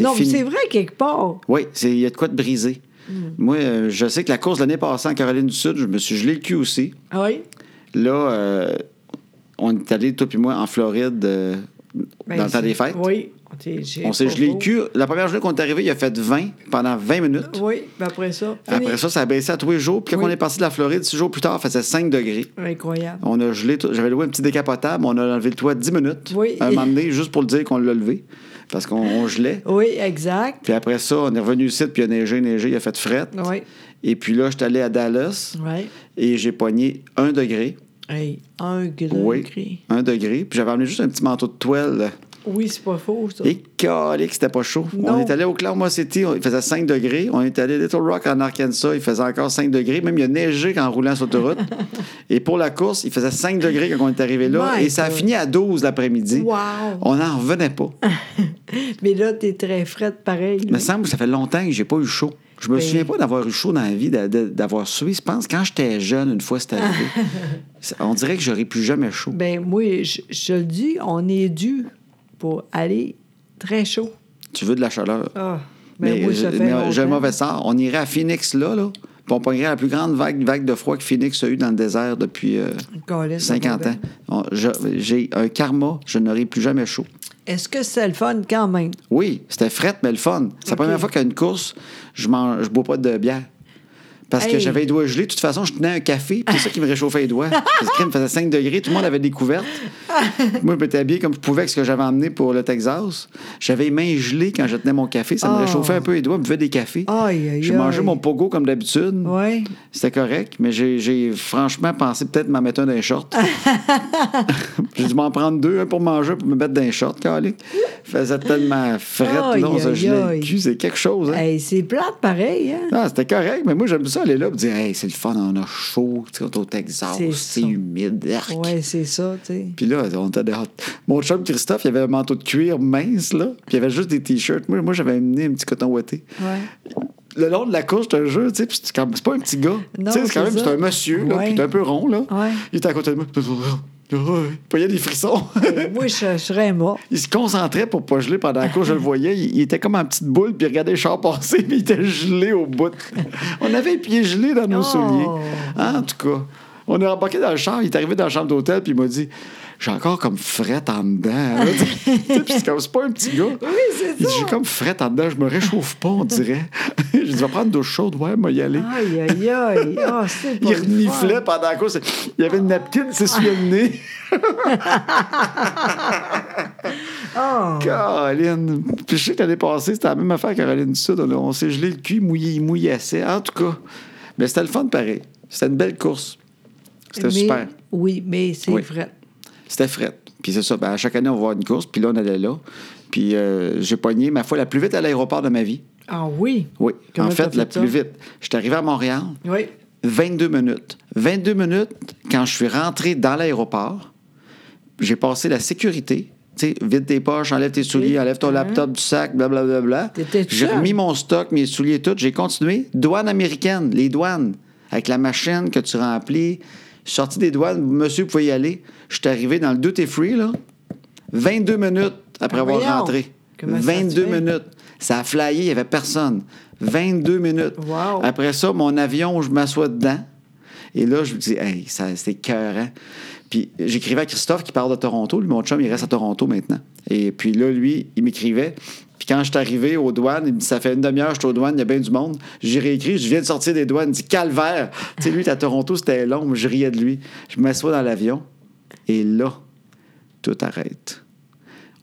[SPEAKER 2] non, mais
[SPEAKER 1] fini.
[SPEAKER 2] c'est vrai, quelque part.
[SPEAKER 1] Oui, c'est- il y a de quoi de briser.
[SPEAKER 2] Mm.
[SPEAKER 1] Moi, euh, je sais que la course de l'année passée en Caroline du Sud, je me suis gelé le cul aussi.
[SPEAKER 2] Ah Oui.
[SPEAKER 1] Là, euh, on est allé, toi puis moi, en Floride euh,
[SPEAKER 2] Ben,
[SPEAKER 1] dans le temps
[SPEAKER 2] c'est-
[SPEAKER 1] des fêtes.
[SPEAKER 2] Oui. On t'est- j'ai
[SPEAKER 1] On s'est
[SPEAKER 2] pas
[SPEAKER 1] gelé le
[SPEAKER 2] beau.
[SPEAKER 1] cul. La première journée qu'on est arrivé, il a fait 20 pendant 20 minutes.
[SPEAKER 2] Oui, puis après ça.
[SPEAKER 1] Après
[SPEAKER 2] fini.
[SPEAKER 1] ça, ça a baissé à tous les jours. Puis quand
[SPEAKER 2] Oui.
[SPEAKER 1] on est parti de la Floride, six jours plus tard, il faisait 5 degrés.
[SPEAKER 2] Incroyable.
[SPEAKER 1] On a gelé. tout- J'avais loué un petit décapotable. On a enlevé le toit 10 minutes.
[SPEAKER 2] Oui.
[SPEAKER 1] Un moment donné, juste pour le dire qu'on l'a levé. Parce qu'on on gelait.
[SPEAKER 2] Oui, exact.
[SPEAKER 1] Puis après ça, on est revenu ici, puis il a neigé, neigé, il a fait frette.
[SPEAKER 2] Oui.
[SPEAKER 1] Et puis là, je suis allé à Dallas
[SPEAKER 2] Oui.
[SPEAKER 1] et j'ai pogné 1 degré.
[SPEAKER 2] Hey, un degré.
[SPEAKER 1] Oui. Un degré. Puis j'avais amené juste un petit manteau de toile.
[SPEAKER 2] Oui, c'est pas faux, ça.
[SPEAKER 1] Et calé que c'était pas chaud. On
[SPEAKER 2] Non.
[SPEAKER 1] est allé au Oklahoma City, on- il faisait 5 degrés. On est allé à Little Rock en Arkansas, il faisait encore 5 degrés. Même il a neigé quand on roulait sur l'autoroute. et pour la course, il faisait 5 degrés quand on est arrivé là.
[SPEAKER 2] My
[SPEAKER 1] et ça a
[SPEAKER 2] God.
[SPEAKER 1] fini à 12 l'après-midi.
[SPEAKER 2] Wow.
[SPEAKER 1] On n'en revenait pas.
[SPEAKER 2] Mais là, t'es très frette pareil.
[SPEAKER 1] Il me
[SPEAKER 2] là.
[SPEAKER 1] semble que ça fait longtemps que j'ai pas eu chaud. Je me
[SPEAKER 2] Ben-
[SPEAKER 1] souviens pas d'avoir eu chaud dans la vie, d'a- d'a- d'avoir sué. Je pense que quand j'étais jeune, une fois, c'était arrivé. Ça- on dirait que j'aurais plus jamais chaud.
[SPEAKER 2] Ben moi, je, je le dis, on est dû pour aller très chaud.
[SPEAKER 1] Tu veux de la chaleur.
[SPEAKER 2] Ah, ben
[SPEAKER 1] mais
[SPEAKER 2] oui,
[SPEAKER 1] je-
[SPEAKER 2] ça fait
[SPEAKER 1] mais j'ai un
[SPEAKER 2] longtemps.
[SPEAKER 1] mauvais sort. On irait à Phoenix, là, là. Puis on pognerait la plus grande vague, vague de froid que Phoenix a eu dans le désert depuis euh,
[SPEAKER 2] Colin, ça
[SPEAKER 1] 50
[SPEAKER 2] va
[SPEAKER 1] ans.
[SPEAKER 2] bien.
[SPEAKER 1] On- je- J'ai un karma, je n'aurai plus jamais chaud.
[SPEAKER 2] Est-ce que c'est le fun quand même?
[SPEAKER 1] Oui, c'était fret, mais le fun. C'est la
[SPEAKER 2] Ok.
[SPEAKER 1] première fois qu'à une course, je ne bois pas de bière. Parce que
[SPEAKER 2] Hey.
[SPEAKER 1] j'avais les doigts gelés. De toute façon, je tenais un café, puis c'est ça qui me réchauffait les doigts. Parce que il me faisait 5 degrés, tout le monde avait des couvertes. Moi, je m'étais habillé comme je pouvais avec ce que j'avais emmené pour le Texas. J'avais les mains gelées quand je tenais mon café. Ça me
[SPEAKER 2] Oh.
[SPEAKER 1] réchauffait un peu les doigts, je buvais des cafés.
[SPEAKER 2] Aïe, aïe,
[SPEAKER 1] J'ai
[SPEAKER 2] aïe.
[SPEAKER 1] mangé mon pogo comme d'habitude.
[SPEAKER 2] Oui.
[SPEAKER 1] C'était correct, mais j'ai- j'ai franchement pensé peut-être m'en mettre un d'un short. j'ai dû m'en prendre deux, un pour manger, pour me mettre d'un short, calique. Faisait tellement frette,
[SPEAKER 2] Aïe,
[SPEAKER 1] non, ça
[SPEAKER 2] aïe,
[SPEAKER 1] gelait
[SPEAKER 2] aïe.
[SPEAKER 1] le cul, c'est quelque chose, hein.
[SPEAKER 2] Hey, c'est plate pareil, hein?
[SPEAKER 1] Ah, c'était correct, mais moi, j'aime ça aller là et dire, hey, c'est le fun, on a chaud, tu sais, on est au Texas,
[SPEAKER 2] C'est
[SPEAKER 1] c'est
[SPEAKER 2] ça.
[SPEAKER 1] humide, arc.
[SPEAKER 2] Oui, c'est ça, tu sais.
[SPEAKER 1] Puis là, on était dehors. Mon chum Christophe, il avait un manteau de cuir mince, là, puis il avait juste des t-shirts. Moi, moi j'avais amené un petit coton ouaté
[SPEAKER 2] Ouais.
[SPEAKER 1] le long de la course, je te jure, tu sais, puis c'est quand- c'est pas un petit gars. Tu
[SPEAKER 2] Non,
[SPEAKER 1] sais, c'est
[SPEAKER 2] c'est
[SPEAKER 1] quand même
[SPEAKER 2] ça.
[SPEAKER 1] c'est un monsieur, là,
[SPEAKER 2] Ouais.
[SPEAKER 1] puis il est un peu rond, là.
[SPEAKER 2] Ouais.
[SPEAKER 1] Il était à côté de moi. Puis il y a des frissons.
[SPEAKER 2] Euh, Moi, je serais mort.
[SPEAKER 1] il se concentrait pour pas geler pendant la course, je le voyais. Il, il était comme en petite boule, puis il regardait les chars passer, puis il était gelé au bout. On avait les pieds gelés dans nos
[SPEAKER 2] Oh.
[SPEAKER 1] souliers. Hein, En tout cas, on est embarqué dans le char, il est arrivé dans la chambre d'hôtel, puis il m'a dit J'ai encore comme frette en dedans. hein. Tu sais, puis c'est comme, c'est pas un petit gars.
[SPEAKER 2] c'est
[SPEAKER 1] Il dit,
[SPEAKER 2] ça.
[SPEAKER 1] J'ai comme frette en dedans, je me réchauffe pas, on dirait. je dit, « Je vais prendre une douche chaude, ouais, moi y aller.
[SPEAKER 2] Aïe, aïe, aïe. Ah, c'est Ah, pas
[SPEAKER 1] Il
[SPEAKER 2] le
[SPEAKER 1] reniflait
[SPEAKER 2] fun.
[SPEAKER 1] pendant la course. Il y avait une napkin, c'est sur le nez.
[SPEAKER 2] Ah,
[SPEAKER 1] Caroline. Puis je sais que l'année passée, c'était la même affaire, Caroline du Sud. On, on s'est gelé le cul, mouillé, il mouillassait. En tout cas, mais c'était le fun pareil. C'était une belle course. C'était
[SPEAKER 2] mais-
[SPEAKER 1] super.
[SPEAKER 2] Oui, mais c'est
[SPEAKER 1] Oui.
[SPEAKER 2] vrai.
[SPEAKER 1] C'était fret. Puis c'est ça, ben, à chaque année, on va à une course, puis là, on allait là. Puis euh, j'ai pogné ma foi la plus vite à l'aéroport de ma vie.
[SPEAKER 2] Ah oui?
[SPEAKER 1] Oui,
[SPEAKER 2] Comment
[SPEAKER 1] en
[SPEAKER 2] t'as
[SPEAKER 1] fait, la
[SPEAKER 2] ça?
[SPEAKER 1] plus vite. J'étais arrivé à Montréal,
[SPEAKER 2] Oui.
[SPEAKER 1] 22 minutes. 22 minutes, quand je suis rentré dans l'aéroport, j'ai passé la sécurité. Tu sais, vide tes poches, enlève tes souliers, enlève ton laptop du sac, blablabla. Bla, bla,
[SPEAKER 2] Hein? T'étais
[SPEAKER 1] J'ai
[SPEAKER 2] seul?
[SPEAKER 1] remis mon stock, mes souliers et tout. J'ai continué. Douane américaine, les douanes, avec la machine que tu remplis. Je suis sorti des douanes, monsieur, vous pouvez y aller. Je suis arrivé dans le duty free, là, 22 minutes après avoir
[SPEAKER 2] Ah, Voyons.
[SPEAKER 1] rentré.
[SPEAKER 2] Comment ça se
[SPEAKER 1] 22
[SPEAKER 2] fait?
[SPEAKER 1] minutes. Ça a flyé, il n'y avait personne. 22 minutes.
[SPEAKER 2] Wow.
[SPEAKER 1] Après ça, mon avion, je m'assois dedans. Et là, je me dis, hey, ça, c'est écœurant. Puis j'écrivais à Christophe qui parle de Toronto. Lui, mon chum, il reste à Toronto maintenant. Et puis là, lui, il m'écrivait. Puis quand je suis arrivé aux douanes, il me dit, ça fait une demi-heure, je suis aux douanes, il y a bien du monde. J'ai réécrit, je viens de sortir des douanes. Il dit, calvaire. tu sais, lui, il était à Toronto, c'était long, mais je riais de lui. Je m'assois dans l'avion. Et là, tout arrête.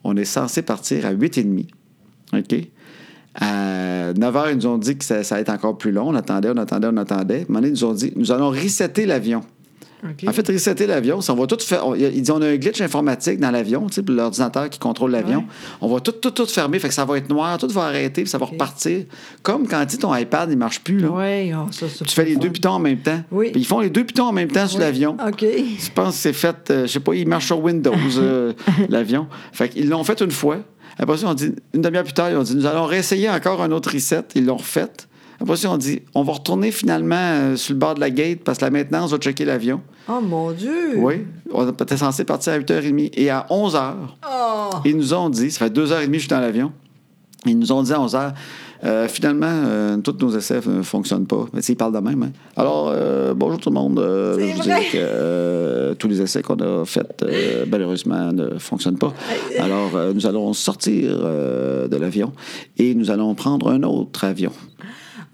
[SPEAKER 1] On est censé partir à 8h30. OK? À 9h, ils nous ont dit que ça, ça allait être encore plus long. On attendait, on attendait, on attendait. À un moment donné, ils nous ont dit nous allons resetter l'avion.
[SPEAKER 2] OK.
[SPEAKER 1] En fait, resetter l'avion, c'est on va tout faire. on- ils disent on a un glitch informatique dans l'avion, tu sais, puis l'ordinateur qui contrôle l'avion.
[SPEAKER 2] Ouais.
[SPEAKER 1] On va tout, tout, tout fermer. Fait que ça va être noir, tout va arrêter, puis ça va repartir. Comme quand tu dis, ton iPad, il marche plus. Là.
[SPEAKER 2] Oui, ah, ça, c'est
[SPEAKER 1] Tu fais les
[SPEAKER 2] pas
[SPEAKER 1] deux
[SPEAKER 2] le
[SPEAKER 1] pitons en même temps.
[SPEAKER 2] Oui.
[SPEAKER 1] Puis ils font les deux pitons en même temps sur
[SPEAKER 2] Oui.
[SPEAKER 1] l'avion.
[SPEAKER 2] fun. OK.
[SPEAKER 1] Je pense que c'est fait, euh, je sais pas, il marche sur Windows, euh, l'avion. Fait qu'ils l'ont fait une fois. Après ça, on dit, une demi-heure plus tard, ils ont dit, nous allons réessayer encore un autre reset. Ils l'ont refait. Après ça, on dit, on va retourner finalement euh, sur le bord de la gate parce que la maintenance va checker l'avion.
[SPEAKER 2] Oh mon Dieu.
[SPEAKER 1] Oui, on était censé partir à 8h30. Et à 11h,
[SPEAKER 2] Ah.
[SPEAKER 1] ils nous ont dit, ça fait 2h30 que je suis dans l'avion, ils nous ont dit à 11h, euh, finalement, euh, toutes nos essais ne fonctionnent pas. Mais tu sais, ils parlent de même. hein. Alors, euh, bonjour tout le monde. Euh,
[SPEAKER 2] C'est
[SPEAKER 1] je vous
[SPEAKER 2] vrai.
[SPEAKER 1] dis que euh, tous les essais qu'on a faits, euh, malheureusement, ne fonctionnent pas. Alors, euh, nous allons sortir euh, de l'avion et nous allons prendre un autre avion.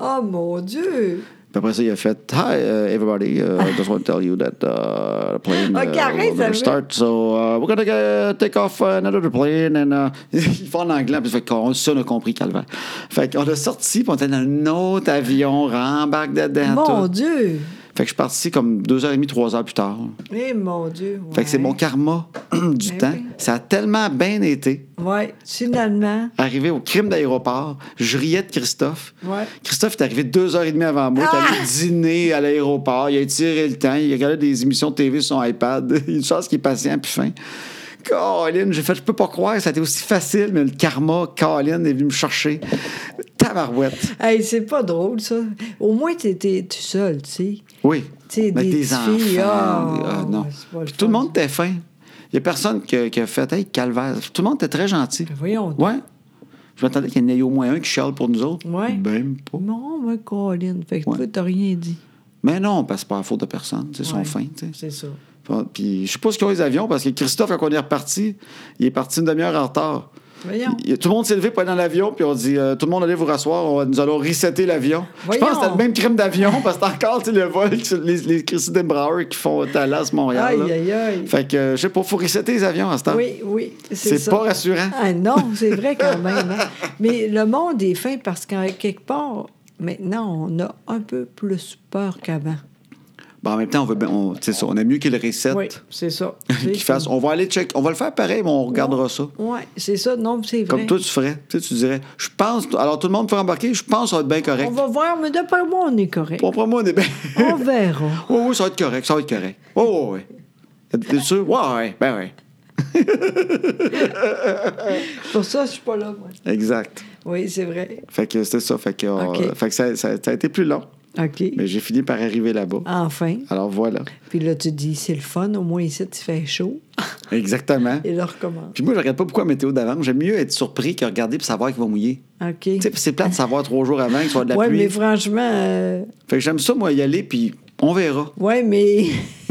[SPEAKER 2] Oh mon Dieu.
[SPEAKER 1] Puis après ça, il a fait Hi, uh, everybody. Uh, I just want to tell you that uh, the plane
[SPEAKER 2] Ok,
[SPEAKER 1] uh,
[SPEAKER 2] arrête,
[SPEAKER 1] will
[SPEAKER 2] ça
[SPEAKER 1] never
[SPEAKER 2] veut-
[SPEAKER 1] start. So uh, we're going to take off uh, another plane. And, uh... il fait en anglais. Puis fait qu'on, ça, on a compris, Calvin. Fait qu'on a sorti, puis on était dans un autre avion, rembarque dedans.
[SPEAKER 2] Mon
[SPEAKER 1] tout.
[SPEAKER 2] Dieu.
[SPEAKER 1] Fait que je suis parti comme deux heures et demie, trois heures plus tard.
[SPEAKER 2] Eh mon Dieu.
[SPEAKER 1] Fait que c'est
[SPEAKER 2] ouais.
[SPEAKER 1] mon karma du
[SPEAKER 2] Ben
[SPEAKER 1] temps.
[SPEAKER 2] oui.
[SPEAKER 1] Ça a tellement bien été.
[SPEAKER 2] Ouais, finalement.
[SPEAKER 1] Arrivé au crime d'aéroport, je riais de Christophe.
[SPEAKER 2] Ouais. Ah!
[SPEAKER 1] Christophe est arrivé deux heures et demie avant moi. Il est allé dîner à l'aéroport. Il a tiré le temps. Il regardait des émissions de TV sur son iPad. Il y a une chance qu'il est patient puis fin. Colin, j'ai fait, je peux pas croire que ça a été aussi facile, mais le karma, Colin est venu me chercher. Tabarouette.
[SPEAKER 2] Hey, c'est pas drôle, ça. Au moins, t'étais tout seul, tu sais.
[SPEAKER 1] Oui.
[SPEAKER 2] Tu sais,
[SPEAKER 1] Mais
[SPEAKER 2] des
[SPEAKER 1] des
[SPEAKER 2] petites
[SPEAKER 1] enfants,
[SPEAKER 2] filles,
[SPEAKER 1] des-
[SPEAKER 2] ah,
[SPEAKER 1] ah, non.
[SPEAKER 2] c'est pas le
[SPEAKER 1] Puis tout le
[SPEAKER 2] fun,
[SPEAKER 1] monde était fin. Il n'y a personne qui a, qui a fait Hey, calvaire. Tout le monde était très gentil.
[SPEAKER 2] Ben Voyons.
[SPEAKER 1] Ouais. Je m'attendais qu'il y en ait au moins un qui chiale pour nous autres.
[SPEAKER 2] Ouais.
[SPEAKER 1] Même pas.
[SPEAKER 2] Non, mais Colin, fait que
[SPEAKER 1] Ouais.
[SPEAKER 2] toi, t'as rien dit.
[SPEAKER 1] Mais non, parce que c'est pas la faute de personne. C'est son
[SPEAKER 2] Ouais.
[SPEAKER 1] fin. tu sais.
[SPEAKER 2] C'est ça.
[SPEAKER 1] Bon, Puis je sais pas ce qu'ils ont les avions, parce que Christophe, quand on est reparti, il est parti une demi-heure en retard.
[SPEAKER 2] Voyons.
[SPEAKER 1] Il- tout le monde s'est levé pour aller dans l'avion, puis on dit euh, Tout le monde allez vous rasseoir, on va- nous allons resetter l'avion. Je
[SPEAKER 2] Voyons.
[SPEAKER 1] pense que c'était le même crime d'avion, parce que c'est encore tu sais, le vol, que les, les Christy Denbrower qui font Thalas, Montréal.
[SPEAKER 2] Aïe,
[SPEAKER 1] là.
[SPEAKER 2] aïe, aïe.
[SPEAKER 1] Fait que, euh, je sais pas, faut resetter les avions en ce temps.
[SPEAKER 2] Oui, oui.
[SPEAKER 1] C'est
[SPEAKER 2] ça.
[SPEAKER 1] pas rassurant.
[SPEAKER 2] Ah non, c'est vrai quand même. hein. Mais le monde est fin parce qu'en quelque part, maintenant, on a un peu plus peur qu'avant.
[SPEAKER 1] Bon, en même temps, on, veut, bien- on, c'est ça, on aime mieux qu'ils resettent,
[SPEAKER 2] Oui, c'est ça.
[SPEAKER 1] qu'ils fassent. On va aller check. On va le faire pareil, mais on regardera ça.
[SPEAKER 2] Oui, c'est ça. Non, c'est vrai.
[SPEAKER 1] Comme toi, tu ferais. Tu, sais, tu dirais Je pense. Alors, tout le monde peut embarquer, je pense que ça va être bien correct.
[SPEAKER 2] on va voir, mais d'après moi, on est correct.
[SPEAKER 1] Bon, pour moi, on est bien.
[SPEAKER 2] On verra.
[SPEAKER 1] Oui, oui, ça va être correct, ça va être correct. Oh, oui. T'es sûr? Ouais, ouais, ben ouais.
[SPEAKER 2] Pour ça, je suis pas là, moi.
[SPEAKER 1] Exact.
[SPEAKER 2] Oui, c'est vrai.
[SPEAKER 1] Fait que c'était ça. Fait que, euh,
[SPEAKER 2] OK.
[SPEAKER 1] fait que ça, ça- ça a été plus long,
[SPEAKER 2] OK.
[SPEAKER 1] mais j'ai fini par arriver là-bas.
[SPEAKER 2] Enfin.
[SPEAKER 1] Alors voilà.
[SPEAKER 2] Puis là, tu dis, c'est le fun, au moins ici, tu fais chaud.
[SPEAKER 1] Exactement.
[SPEAKER 2] Et là, recommence.
[SPEAKER 1] Puis moi, je regarde pas pourquoi la météo d'avant. J'aime mieux être surpris que regarder pour savoir qu'il va mouiller.
[SPEAKER 2] OK.
[SPEAKER 1] Tu sais, puis c'est plat de savoir trois jours avant qu'il soit de la
[SPEAKER 2] Oui,
[SPEAKER 1] pluie.
[SPEAKER 2] mais franchement, euh,
[SPEAKER 1] Fait que j'aime ça, moi, y aller, puis on verra.
[SPEAKER 2] ouais, mais.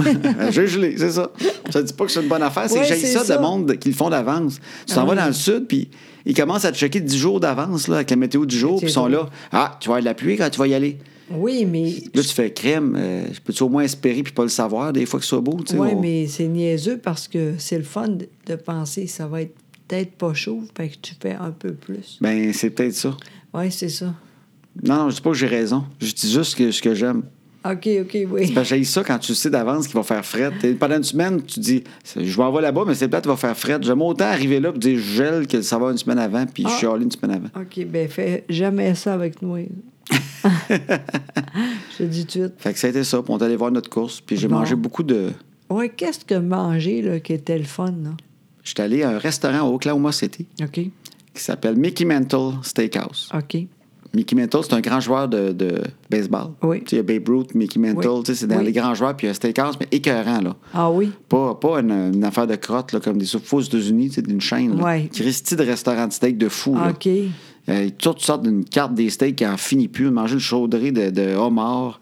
[SPEAKER 1] J'ai gelé, Euh, c'est ça. Ça dit pas que c'est une bonne affaire, c'est
[SPEAKER 2] Ouais,
[SPEAKER 1] que j'ai
[SPEAKER 2] c'est
[SPEAKER 1] ça,
[SPEAKER 2] ça. Ah
[SPEAKER 1] de monde qui le font d'avance. Tu t'en vas dans le sud, puis ils commencent à te checker 10 jours d'avance là, avec la météo du jour,
[SPEAKER 2] C'est
[SPEAKER 1] puis ils sont
[SPEAKER 2] drôle.
[SPEAKER 1] là. Ah, tu vas avoir de la pluie quand tu vas y aller.
[SPEAKER 2] Oui, mais.
[SPEAKER 1] Là, tu fais crème. euh, je peux-tu au moins espérer puis pas le savoir des fois que ce soit beau? tu sais,
[SPEAKER 2] Oui,
[SPEAKER 1] on-
[SPEAKER 2] mais c'est niaiseux parce que c'est le fun de de penser, ça va être peut-être pas chaud, fait que tu fais un peu plus.
[SPEAKER 1] Ben, c'est peut-être ça.
[SPEAKER 2] Oui, c'est ça.
[SPEAKER 1] Non, non, je dis pas que j'ai raison. Je dis juste que, ce que j'aime.
[SPEAKER 2] OK, OK, oui.
[SPEAKER 1] Parce que j'ai ça quand tu sais d'avance qu'il va faire fret. T'es- Pendant une semaine, tu dis, c'est- je m'en vais là-bas, mais c'est peut-être qu'il va faire fret. J'aime autant arriver là et dire, je gèle que ça va une semaine avant, puis je
[SPEAKER 2] Ah.
[SPEAKER 1] suis allé une semaine avant.
[SPEAKER 2] OK, ben fais jamais ça avec nous. Je te dis tout de suite.
[SPEAKER 1] Fait que ça a été ça. Puis on est allé voir notre course. Puis j'ai
[SPEAKER 2] Bon.
[SPEAKER 1] mangé beaucoup de.
[SPEAKER 2] Ouais, qu'est-ce que manger là, qui était le fun, là?
[SPEAKER 1] J'étais allé à un restaurant au Oklahoma City
[SPEAKER 2] OK.
[SPEAKER 1] qui s'appelle Mickey Mantle Steakhouse.
[SPEAKER 2] OK.
[SPEAKER 1] Mickey Mantle, c'est un grand joueur de, de baseball.
[SPEAKER 2] Oui.
[SPEAKER 1] Tu sais, il y a Babe Ruth, Mickey Mantle,
[SPEAKER 2] Oui.
[SPEAKER 1] tu sais, c'est dans
[SPEAKER 2] Oui.
[SPEAKER 1] les grands joueurs, puis il y a Steakhouse, mais écœurant, là.
[SPEAKER 2] Ah oui?
[SPEAKER 1] Pas, pas une, une affaire de crotte, là, comme des soupes aux États-Unis, tu sais, d'une chaîne. là.
[SPEAKER 2] Ouais. Ah,
[SPEAKER 1] Christy de restaurant de steak de fou, là.
[SPEAKER 2] OK.
[SPEAKER 1] Euh, toutes sortes d'une carte des steaks qui en finit plus. Manger le chaudré de, de homard.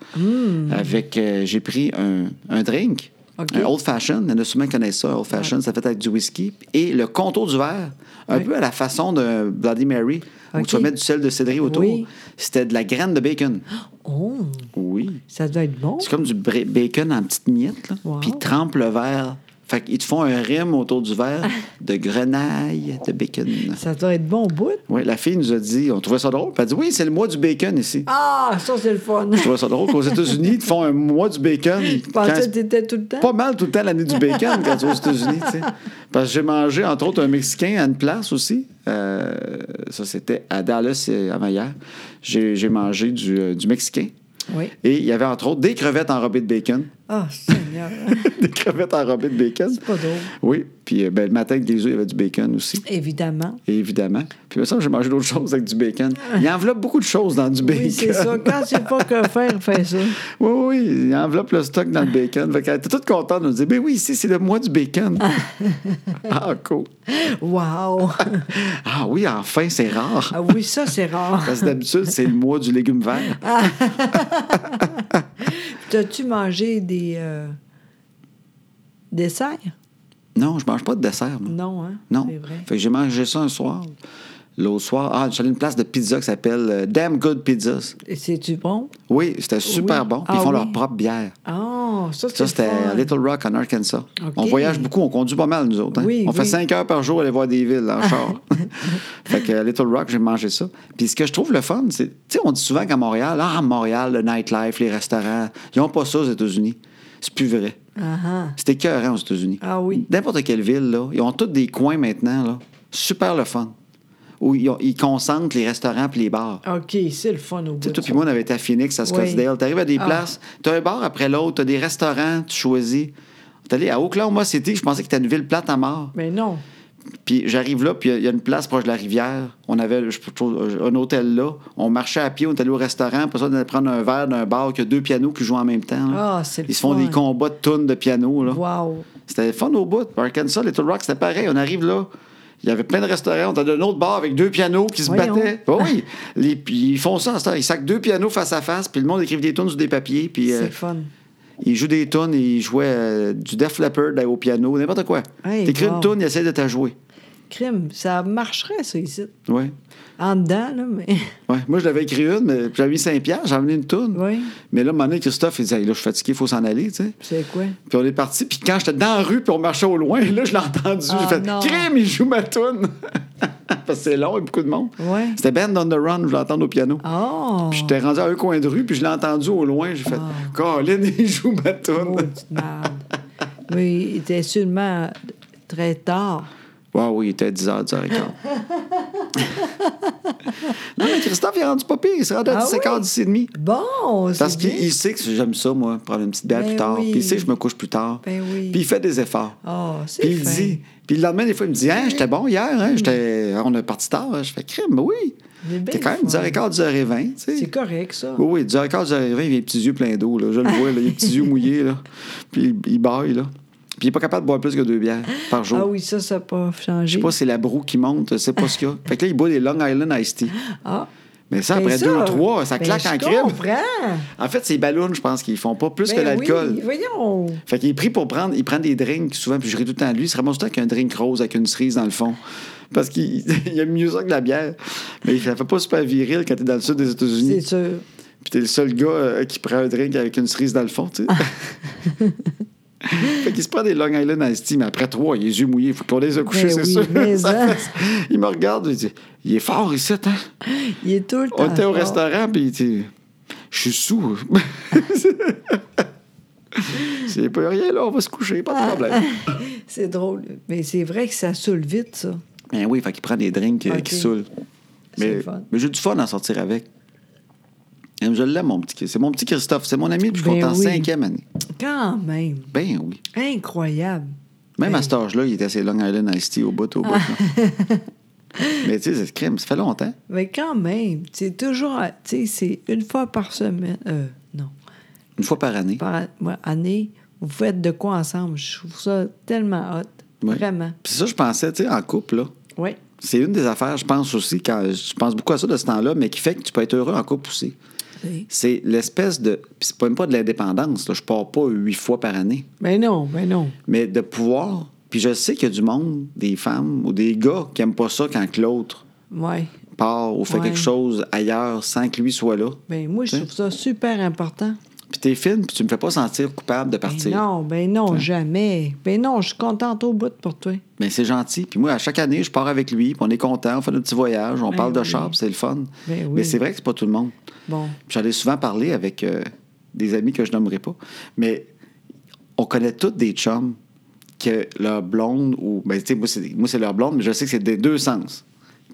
[SPEAKER 1] Avec, euh, j'ai pris un, un drink,
[SPEAKER 2] Mmh. OK.
[SPEAKER 1] un old fashioned. Il y en a souvent qui connaissent ça, old fashioned. Ça fait avec du whisky. Et le contour du verre, un
[SPEAKER 2] Oui.
[SPEAKER 1] peu à la façon d'un Bloody Mary, où
[SPEAKER 2] OK.
[SPEAKER 1] tu vas mettre du sel de céleri autour.
[SPEAKER 2] Oui.
[SPEAKER 1] C'était de la graine de bacon.
[SPEAKER 2] Oh,
[SPEAKER 1] Oui.
[SPEAKER 2] ça doit être bon.
[SPEAKER 1] C'est comme du bra- bacon en petites miettes, là.
[SPEAKER 2] Wow.
[SPEAKER 1] Puis ils trempent le verre. Fait qu'ils te font un rime autour du verre de grenaille de bacon.
[SPEAKER 2] Ça doit être bon au bout.
[SPEAKER 1] Oui, la fille nous a dit, on trouvait ça drôle. Puis Elle a dit, oui, c'est le mois du bacon ici.
[SPEAKER 2] Ah, ça, c'est le fun.
[SPEAKER 1] Je trouvais ça drôle qu'aux États-Unis, ils te font un mois du bacon.
[SPEAKER 2] Je
[SPEAKER 1] Quand
[SPEAKER 2] pensais que
[SPEAKER 1] c'est
[SPEAKER 2] t'étais tout le temps.
[SPEAKER 1] pas mal tout le temps l'année du bacon quand tu vas aux États-Unis, tu sais. Parce que j'ai mangé, entre autres, un Mexicain à une place aussi. Euh, ça, c'était à Dallas, euh, avant-hier. J'ai j'ai mangé du, euh, du Mexicain.
[SPEAKER 2] Oui.
[SPEAKER 1] Et il y avait, entre autres, des crevettes enrobées de bacon.
[SPEAKER 2] Ah, Seigneur.
[SPEAKER 1] des crevettes enrobées de bacon.
[SPEAKER 2] C'est pas drôle.
[SPEAKER 1] Oui. Puis euh, ben, le matin, avec des œufs, il y avait du bacon aussi.
[SPEAKER 2] Évidemment.
[SPEAKER 1] Évidemment. Puis, il me semble que j'ai mangé d'autres choses avec du bacon. Il enveloppe beaucoup de choses dans du bacon.
[SPEAKER 2] Oui, c'est ça. Quand tu sais pas que faire, fais ça.
[SPEAKER 1] Oui, oui, il enveloppe le stock dans le bacon. Fait qu'elle était toute contente de nous dire Ben oui, ici, c'est le mois du bacon. ah, cool.
[SPEAKER 2] Wow!
[SPEAKER 1] Ah oui, enfin, c'est rare.
[SPEAKER 2] Ah oui, ça, c'est rare.
[SPEAKER 1] Parce que d'habitude, c'est le mois du légume vert.
[SPEAKER 2] T'as-tu mangé des euh, desserts?
[SPEAKER 1] Non, je mange pas de dessert, moi.
[SPEAKER 2] Non, hein?
[SPEAKER 1] Non.
[SPEAKER 2] C'est vrai.
[SPEAKER 1] Fait que j'ai mangé ça un soir. l'autre soir. Ah, j'allais une place de pizza qui s'appelle euh, Damn Good Pizzas.
[SPEAKER 2] Et C'est-tu bon?
[SPEAKER 1] Oui, c'était super
[SPEAKER 2] Oui.
[SPEAKER 1] bon. Puis
[SPEAKER 2] Ah
[SPEAKER 1] ils font
[SPEAKER 2] oui.
[SPEAKER 1] leur propre bière.
[SPEAKER 2] Ah, ça, c'est
[SPEAKER 1] Ça, c'était
[SPEAKER 2] fun.
[SPEAKER 1] à Little Rock, en Arkansas.
[SPEAKER 2] OK.
[SPEAKER 1] On voyage beaucoup, on conduit pas mal, nous autres. hein.
[SPEAKER 2] Oui,
[SPEAKER 1] on fait
[SPEAKER 2] oui.
[SPEAKER 1] 5 heures par jour aller voir des villes en char. fait que à Little Rock, j'ai mangé ça. Puis ce que je trouve le fun, c'est, tu sais, on dit souvent qu'à Montréal, ah, Montréal, le nightlife, les restaurants, ils n'ont pas ça aux États-Unis. C'est plus vrai.
[SPEAKER 2] Ah, ah.
[SPEAKER 1] C'était écœurant aux États-Unis.
[SPEAKER 2] Ah oui.
[SPEAKER 1] N'importe quelle ville, là, ils ont tous des coins maintenant, là. Super le fun. Où ils, ont- ils concentrent les restaurants puis les bars.
[SPEAKER 2] OK, c'est le fun au bout.
[SPEAKER 1] Tu sais, toi
[SPEAKER 2] de
[SPEAKER 1] puis
[SPEAKER 2] ça.
[SPEAKER 1] moi, on avait été à Phoenix, à Scottsdale. T'arrives à des
[SPEAKER 2] Ah.
[SPEAKER 1] places, t'as un bar après l'autre, t'as des restaurants, tu choisis. T'es allé à Oklahoma City, je pensais que c'était une ville plate à mort.
[SPEAKER 2] Mais non.
[SPEAKER 1] Puis j'arrive là, puis il y, a une place proche de la rivière. On avait je trouve, un hôtel là. On marchait à pied, on est allé au restaurant. Pour ça, on allait prendre un verre d'un bar qui a deux pianos qui jouent en même temps. là.
[SPEAKER 2] Ah, c'est le
[SPEAKER 1] Ils se font
[SPEAKER 2] fun.
[SPEAKER 1] des combats de tunes de piano. Là.
[SPEAKER 2] Wow.
[SPEAKER 1] C'était fun au bout. Arkansas, Little Rock, c'était pareil. On arrive là. Il y avait plein de restaurants. On a un autre bar avec deux pianos qui se
[SPEAKER 2] Voyons.
[SPEAKER 1] battaient. Ben oui. Les- puis ils font ça en ce temps. Ils sacent deux pianos face à face. Puis le monde écrive des tunes sur des papiers. Puis
[SPEAKER 2] C'est
[SPEAKER 1] euh,
[SPEAKER 2] le fun.
[SPEAKER 1] ils jouent des tunes. Ils jouaient euh, du Def Leppard au piano, n'importe quoi.
[SPEAKER 2] Hey,
[SPEAKER 1] T'écris
[SPEAKER 2] wow.
[SPEAKER 1] une tune, ils essaient de t'a jouer.
[SPEAKER 2] Crime, ça marcherait, ça, ici.
[SPEAKER 1] Ouais.
[SPEAKER 2] En dedans, là, mais...
[SPEAKER 1] Ouais. Moi, je l'avais écrit une, mais j'avais mis Saint-Pierre, j'ai amené une toune.
[SPEAKER 2] Oui.
[SPEAKER 1] Mais là, à un moment donné, Christophe, il disait, Hey, là, je suis fatigué, il faut s'en aller, tu sais.
[SPEAKER 2] C'est quoi?
[SPEAKER 1] Puis on est parti, puis quand j'étais dans la rue, puis on marchait au loin, là, je l'ai entendu.
[SPEAKER 2] Ah,
[SPEAKER 1] j'ai fait
[SPEAKER 2] non.
[SPEAKER 1] Crème, il joue ma toune. Parce que c'est long, il y a beaucoup de monde.
[SPEAKER 2] Ouais.
[SPEAKER 1] C'était Band on the Run, je l'entends au piano.
[SPEAKER 2] Oh!
[SPEAKER 1] Puis j'étais rendu à un coin de rue, puis je l'ai entendu au loin. J'ai
[SPEAKER 2] Ah.
[SPEAKER 1] fait Colin, il joue ma toune.
[SPEAKER 2] Maudite merde. Mais il était sûrement très tard.
[SPEAKER 1] Ouais, oui, il était 10h, 10h15. non, mais Christophe, il est rendu pas pire. Il se rendu à
[SPEAKER 2] Ah
[SPEAKER 1] 17h, 10h30.
[SPEAKER 2] oui? Bon, c'est
[SPEAKER 1] Parce
[SPEAKER 2] bien.
[SPEAKER 1] qu'il sait que j'aime ça, moi, prendre une petite bière
[SPEAKER 2] Ben
[SPEAKER 1] plus tard.
[SPEAKER 2] oui.
[SPEAKER 1] Puis il sait que je me couche plus tard.
[SPEAKER 2] Ben oui.
[SPEAKER 1] Puis il fait des efforts.
[SPEAKER 2] Ah, c'est
[SPEAKER 1] Puis il
[SPEAKER 2] fin.
[SPEAKER 1] dit. Puis le lendemain, des fois, il me dit Hein, j'étais bon hier, hein, j'étais- on est parti tard. hein. Je fais crime, ben oui.
[SPEAKER 2] C'est bien
[SPEAKER 1] T'es quand même
[SPEAKER 2] le fun.
[SPEAKER 1] 10h15, 10h20. tu sais.
[SPEAKER 2] C'est correct, ça.
[SPEAKER 1] Oui, oui, 10h15, 10h20, il a les petits yeux pleins d'eau. là. Je le vois, là, il a les petits yeux mouillés. Là. Puis il, il baille. Là. Puis il n'est pas capable de boire plus que deux bières par jour.
[SPEAKER 2] Ah oui, ça, ça n'a pas changé.
[SPEAKER 1] Je sais pas, c'est la broue qui monte, c'est pas ce qu'il y a. Fait que là, il boit des Long Island Iced Tea.
[SPEAKER 2] Ah.
[SPEAKER 1] Mais ça,
[SPEAKER 2] Ben
[SPEAKER 1] après deux ou trois, ça
[SPEAKER 2] ben,
[SPEAKER 1] claque en crème.
[SPEAKER 2] Je comprends.
[SPEAKER 1] En fait, c'est ballons, je pense, qu'ils font pas plus que
[SPEAKER 2] Ben
[SPEAKER 1] l'alcool.
[SPEAKER 2] Oui, voyons.
[SPEAKER 1] Fait qu'il est pris pour prendre, il prend des drinks souvent, puis je ris tout le temps à lui. Il se ramasse tout le temps avec un drink rose avec une cerise dans le fond. Parce qu'il il aime mieux ça que de la bière. Mais il fait pas super viril quand t'es dans le sud des
[SPEAKER 2] C'est
[SPEAKER 1] États-Unis.
[SPEAKER 2] sûr.
[SPEAKER 1] Puis t'es le seul gars euh, qui prend un drink avec une cerise dans le fond, tu sais. fait qu'il se prend des Long Island Iced Tea, mais après trois, il a les yeux mouillés. Faut qu'on les a couchés,
[SPEAKER 2] Ben
[SPEAKER 1] c'est
[SPEAKER 2] oui,
[SPEAKER 1] sûr.
[SPEAKER 2] mais
[SPEAKER 1] Ça
[SPEAKER 2] hein.
[SPEAKER 1] fait- il me regarde, il dit Il est fort ici, hein.
[SPEAKER 2] Il est tout le temps.
[SPEAKER 1] On était au
[SPEAKER 2] fort.
[SPEAKER 1] restaurant, puis il dit Je suis sous. C'est pas rien, là, on va se coucher, pas de problème.
[SPEAKER 2] C'est drôle. Mais c'est vrai que ça saoule vite, ça.
[SPEAKER 1] Ben oui, fait qu'il prend des drinks euh,
[SPEAKER 2] Ok.
[SPEAKER 1] qui saoulent.
[SPEAKER 2] C'est
[SPEAKER 1] Mais,
[SPEAKER 2] le fun.
[SPEAKER 1] mais j'ai du fun à sortir avec. Et Je l'aime, mon petit. C'est mon petit Christophe. C'est mon ami depuis qu'on
[SPEAKER 2] Ben
[SPEAKER 1] est en
[SPEAKER 2] oui.
[SPEAKER 1] cinquième année.
[SPEAKER 2] Quand même.
[SPEAKER 1] Ben oui.
[SPEAKER 2] Incroyable.
[SPEAKER 1] Même
[SPEAKER 2] Ben.
[SPEAKER 1] à cet âge-là, il était assez Long Island Iced Tea au bout, au bout. là. mais tu sais, c'est crime. Ça fait longtemps.
[SPEAKER 2] Mais quand même, c'est toujours, à- tu sais, c'est une fois par semaine, euh, non,
[SPEAKER 1] Une fois par année.
[SPEAKER 2] par an- ouais, année, vous faites de quoi ensemble. Je trouve ça tellement hot,
[SPEAKER 1] Ouais.
[SPEAKER 2] vraiment.
[SPEAKER 1] Puis ça, je pensais, tu sais, en couple, là.
[SPEAKER 2] Oui,
[SPEAKER 1] C'est une des affaires, je pense aussi, quand je pense beaucoup à ça de ce temps-là, mais qui fait que tu peux être heureux en couple aussi. C'est l'espèce de. Puis c'est pas- même pas de l'indépendance, là. Je pars pas huit fois par année.
[SPEAKER 2] mais Ben non, mais non.
[SPEAKER 1] Mais de pouvoir. Puis je sais qu'il y a du monde, des femmes ou des gars qui aiment pas ça quand que l'autre
[SPEAKER 2] Ouais.
[SPEAKER 1] part ou fait
[SPEAKER 2] Ouais.
[SPEAKER 1] quelque chose ailleurs sans que lui soit là.
[SPEAKER 2] Ben moi, je
[SPEAKER 1] T'sais.
[SPEAKER 2] trouve ça super important.
[SPEAKER 1] Puis t'es fine, puis tu me fais pas sentir coupable de partir. Hein?
[SPEAKER 2] Ben non, ben non, jamais. Ben non, je suis contente au bout pour toi.
[SPEAKER 1] Mais Ben, c'est gentil. Puis moi, à chaque année, je pars avec lui, puis on est content, on fait notre petit voyage, on
[SPEAKER 2] Ben
[SPEAKER 1] parle de
[SPEAKER 2] oui.
[SPEAKER 1] char, puis c'est le fun.
[SPEAKER 2] Ben oui.
[SPEAKER 1] Mais c'est vrai que c'est pas tout le monde.
[SPEAKER 2] Bon.
[SPEAKER 1] Puis J'en ai souvent parlé avec euh, des amis que je nommerai pas, mais on connaît tous des chums que leur blonde, ou. Ben, tu sais, moi, c'est- moi, c'est leur blonde, mais je sais que c'est des deux sens.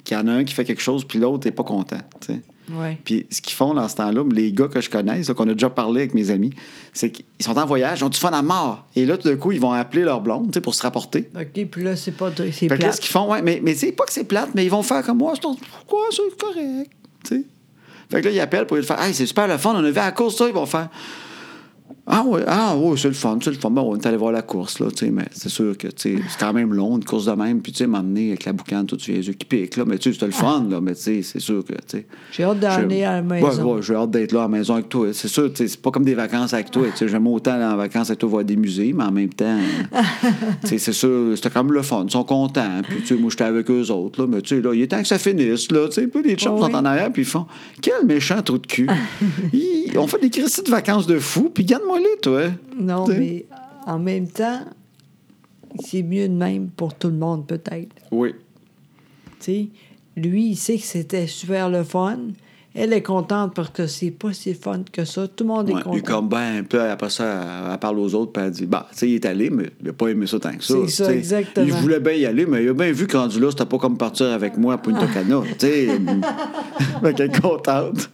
[SPEAKER 1] Qu'il y en a un qui fait quelque chose, puis l'autre n'est pas content. tu sais.
[SPEAKER 2] Ouais.
[SPEAKER 1] Puis ce qu'ils font dans ce temps-là, les gars que je connais, ça, qu'on a déjà parlé avec mes amis, c'est qu'ils sont en voyage, ils ont du fun à mort. Et là, tout d'un coup, ils vont appeler leur blonde tu sais, pour se rapporter.
[SPEAKER 2] OK, puis là, c'est pas de- c'est
[SPEAKER 1] Fait que là,
[SPEAKER 2] plate.
[SPEAKER 1] ce qu'ils font, ouais, mais, mais c'est pas que c'est plate, mais ils vont faire comme moi. Je trouve, pourquoi c'est correct? Tu sais. Fait que là, ils appellent pour lui faire Hey, c'est super le fun, on a vu à cause de ça, ils vont faire Ah oui, ah oui, c'est le fun, c'est le fun. Bon, on est allé voir la course, là, tu sais, mais c'est sûr que, tu sais, c'est quand même long, une course de même, puis tu sais, m'emmener avec la boucane, tout, les yeux qui piquent, là, mais tu sais, c'est le fun, là, mais tu sais, c'est sûr que, tu sais...
[SPEAKER 2] J'ai hâte d'aller à la
[SPEAKER 1] Ouais,
[SPEAKER 2] maison.
[SPEAKER 1] ouais, j'ai hâte d'être là à la maison avec toi. C'est sûr, tu sais, c'est pas comme des vacances avec toi, tu sais, j'aime autant aller en vacances avec toi voir des musées, mais en même temps, tu sais, c'est sûr, c'était quand même le fun, ils sont contents, puis tu sais, moi, j'étais avec eux autres, là, mais tu sais, là, il est temps que ça finisse, là, tu sais, puis les chums
[SPEAKER 2] Ouais,
[SPEAKER 1] sont en arrière, puis ils font, quel méchant trou de cul. Ils- on fait des crises de vacances de fou, puis garde-moi les, toi.
[SPEAKER 2] Non,
[SPEAKER 1] Tu sais.
[SPEAKER 2] mais en même temps, c'est mieux de même pour tout le monde, peut-être.
[SPEAKER 1] Oui.
[SPEAKER 2] Tu sais, lui, il sait que c'était super le fun. Elle est contente parce que c'est pas si fun que ça. Tout le monde
[SPEAKER 1] Ouais,
[SPEAKER 2] est
[SPEAKER 1] il est
[SPEAKER 2] content.
[SPEAKER 1] comme ben, puis là, après ça, elle- elle parle aux autres, puis elle dit, bah, tu sais, il est allé, mais il n'a pas aimé ça tant que ça.
[SPEAKER 2] C'est ça,
[SPEAKER 1] tu sais.
[SPEAKER 2] exactement.
[SPEAKER 1] Il voulait bien y aller, mais il a bien vu que rendu là, c'était pas comme partir avec moi pour une tocana, tu sais. Fait qu'elle est contente.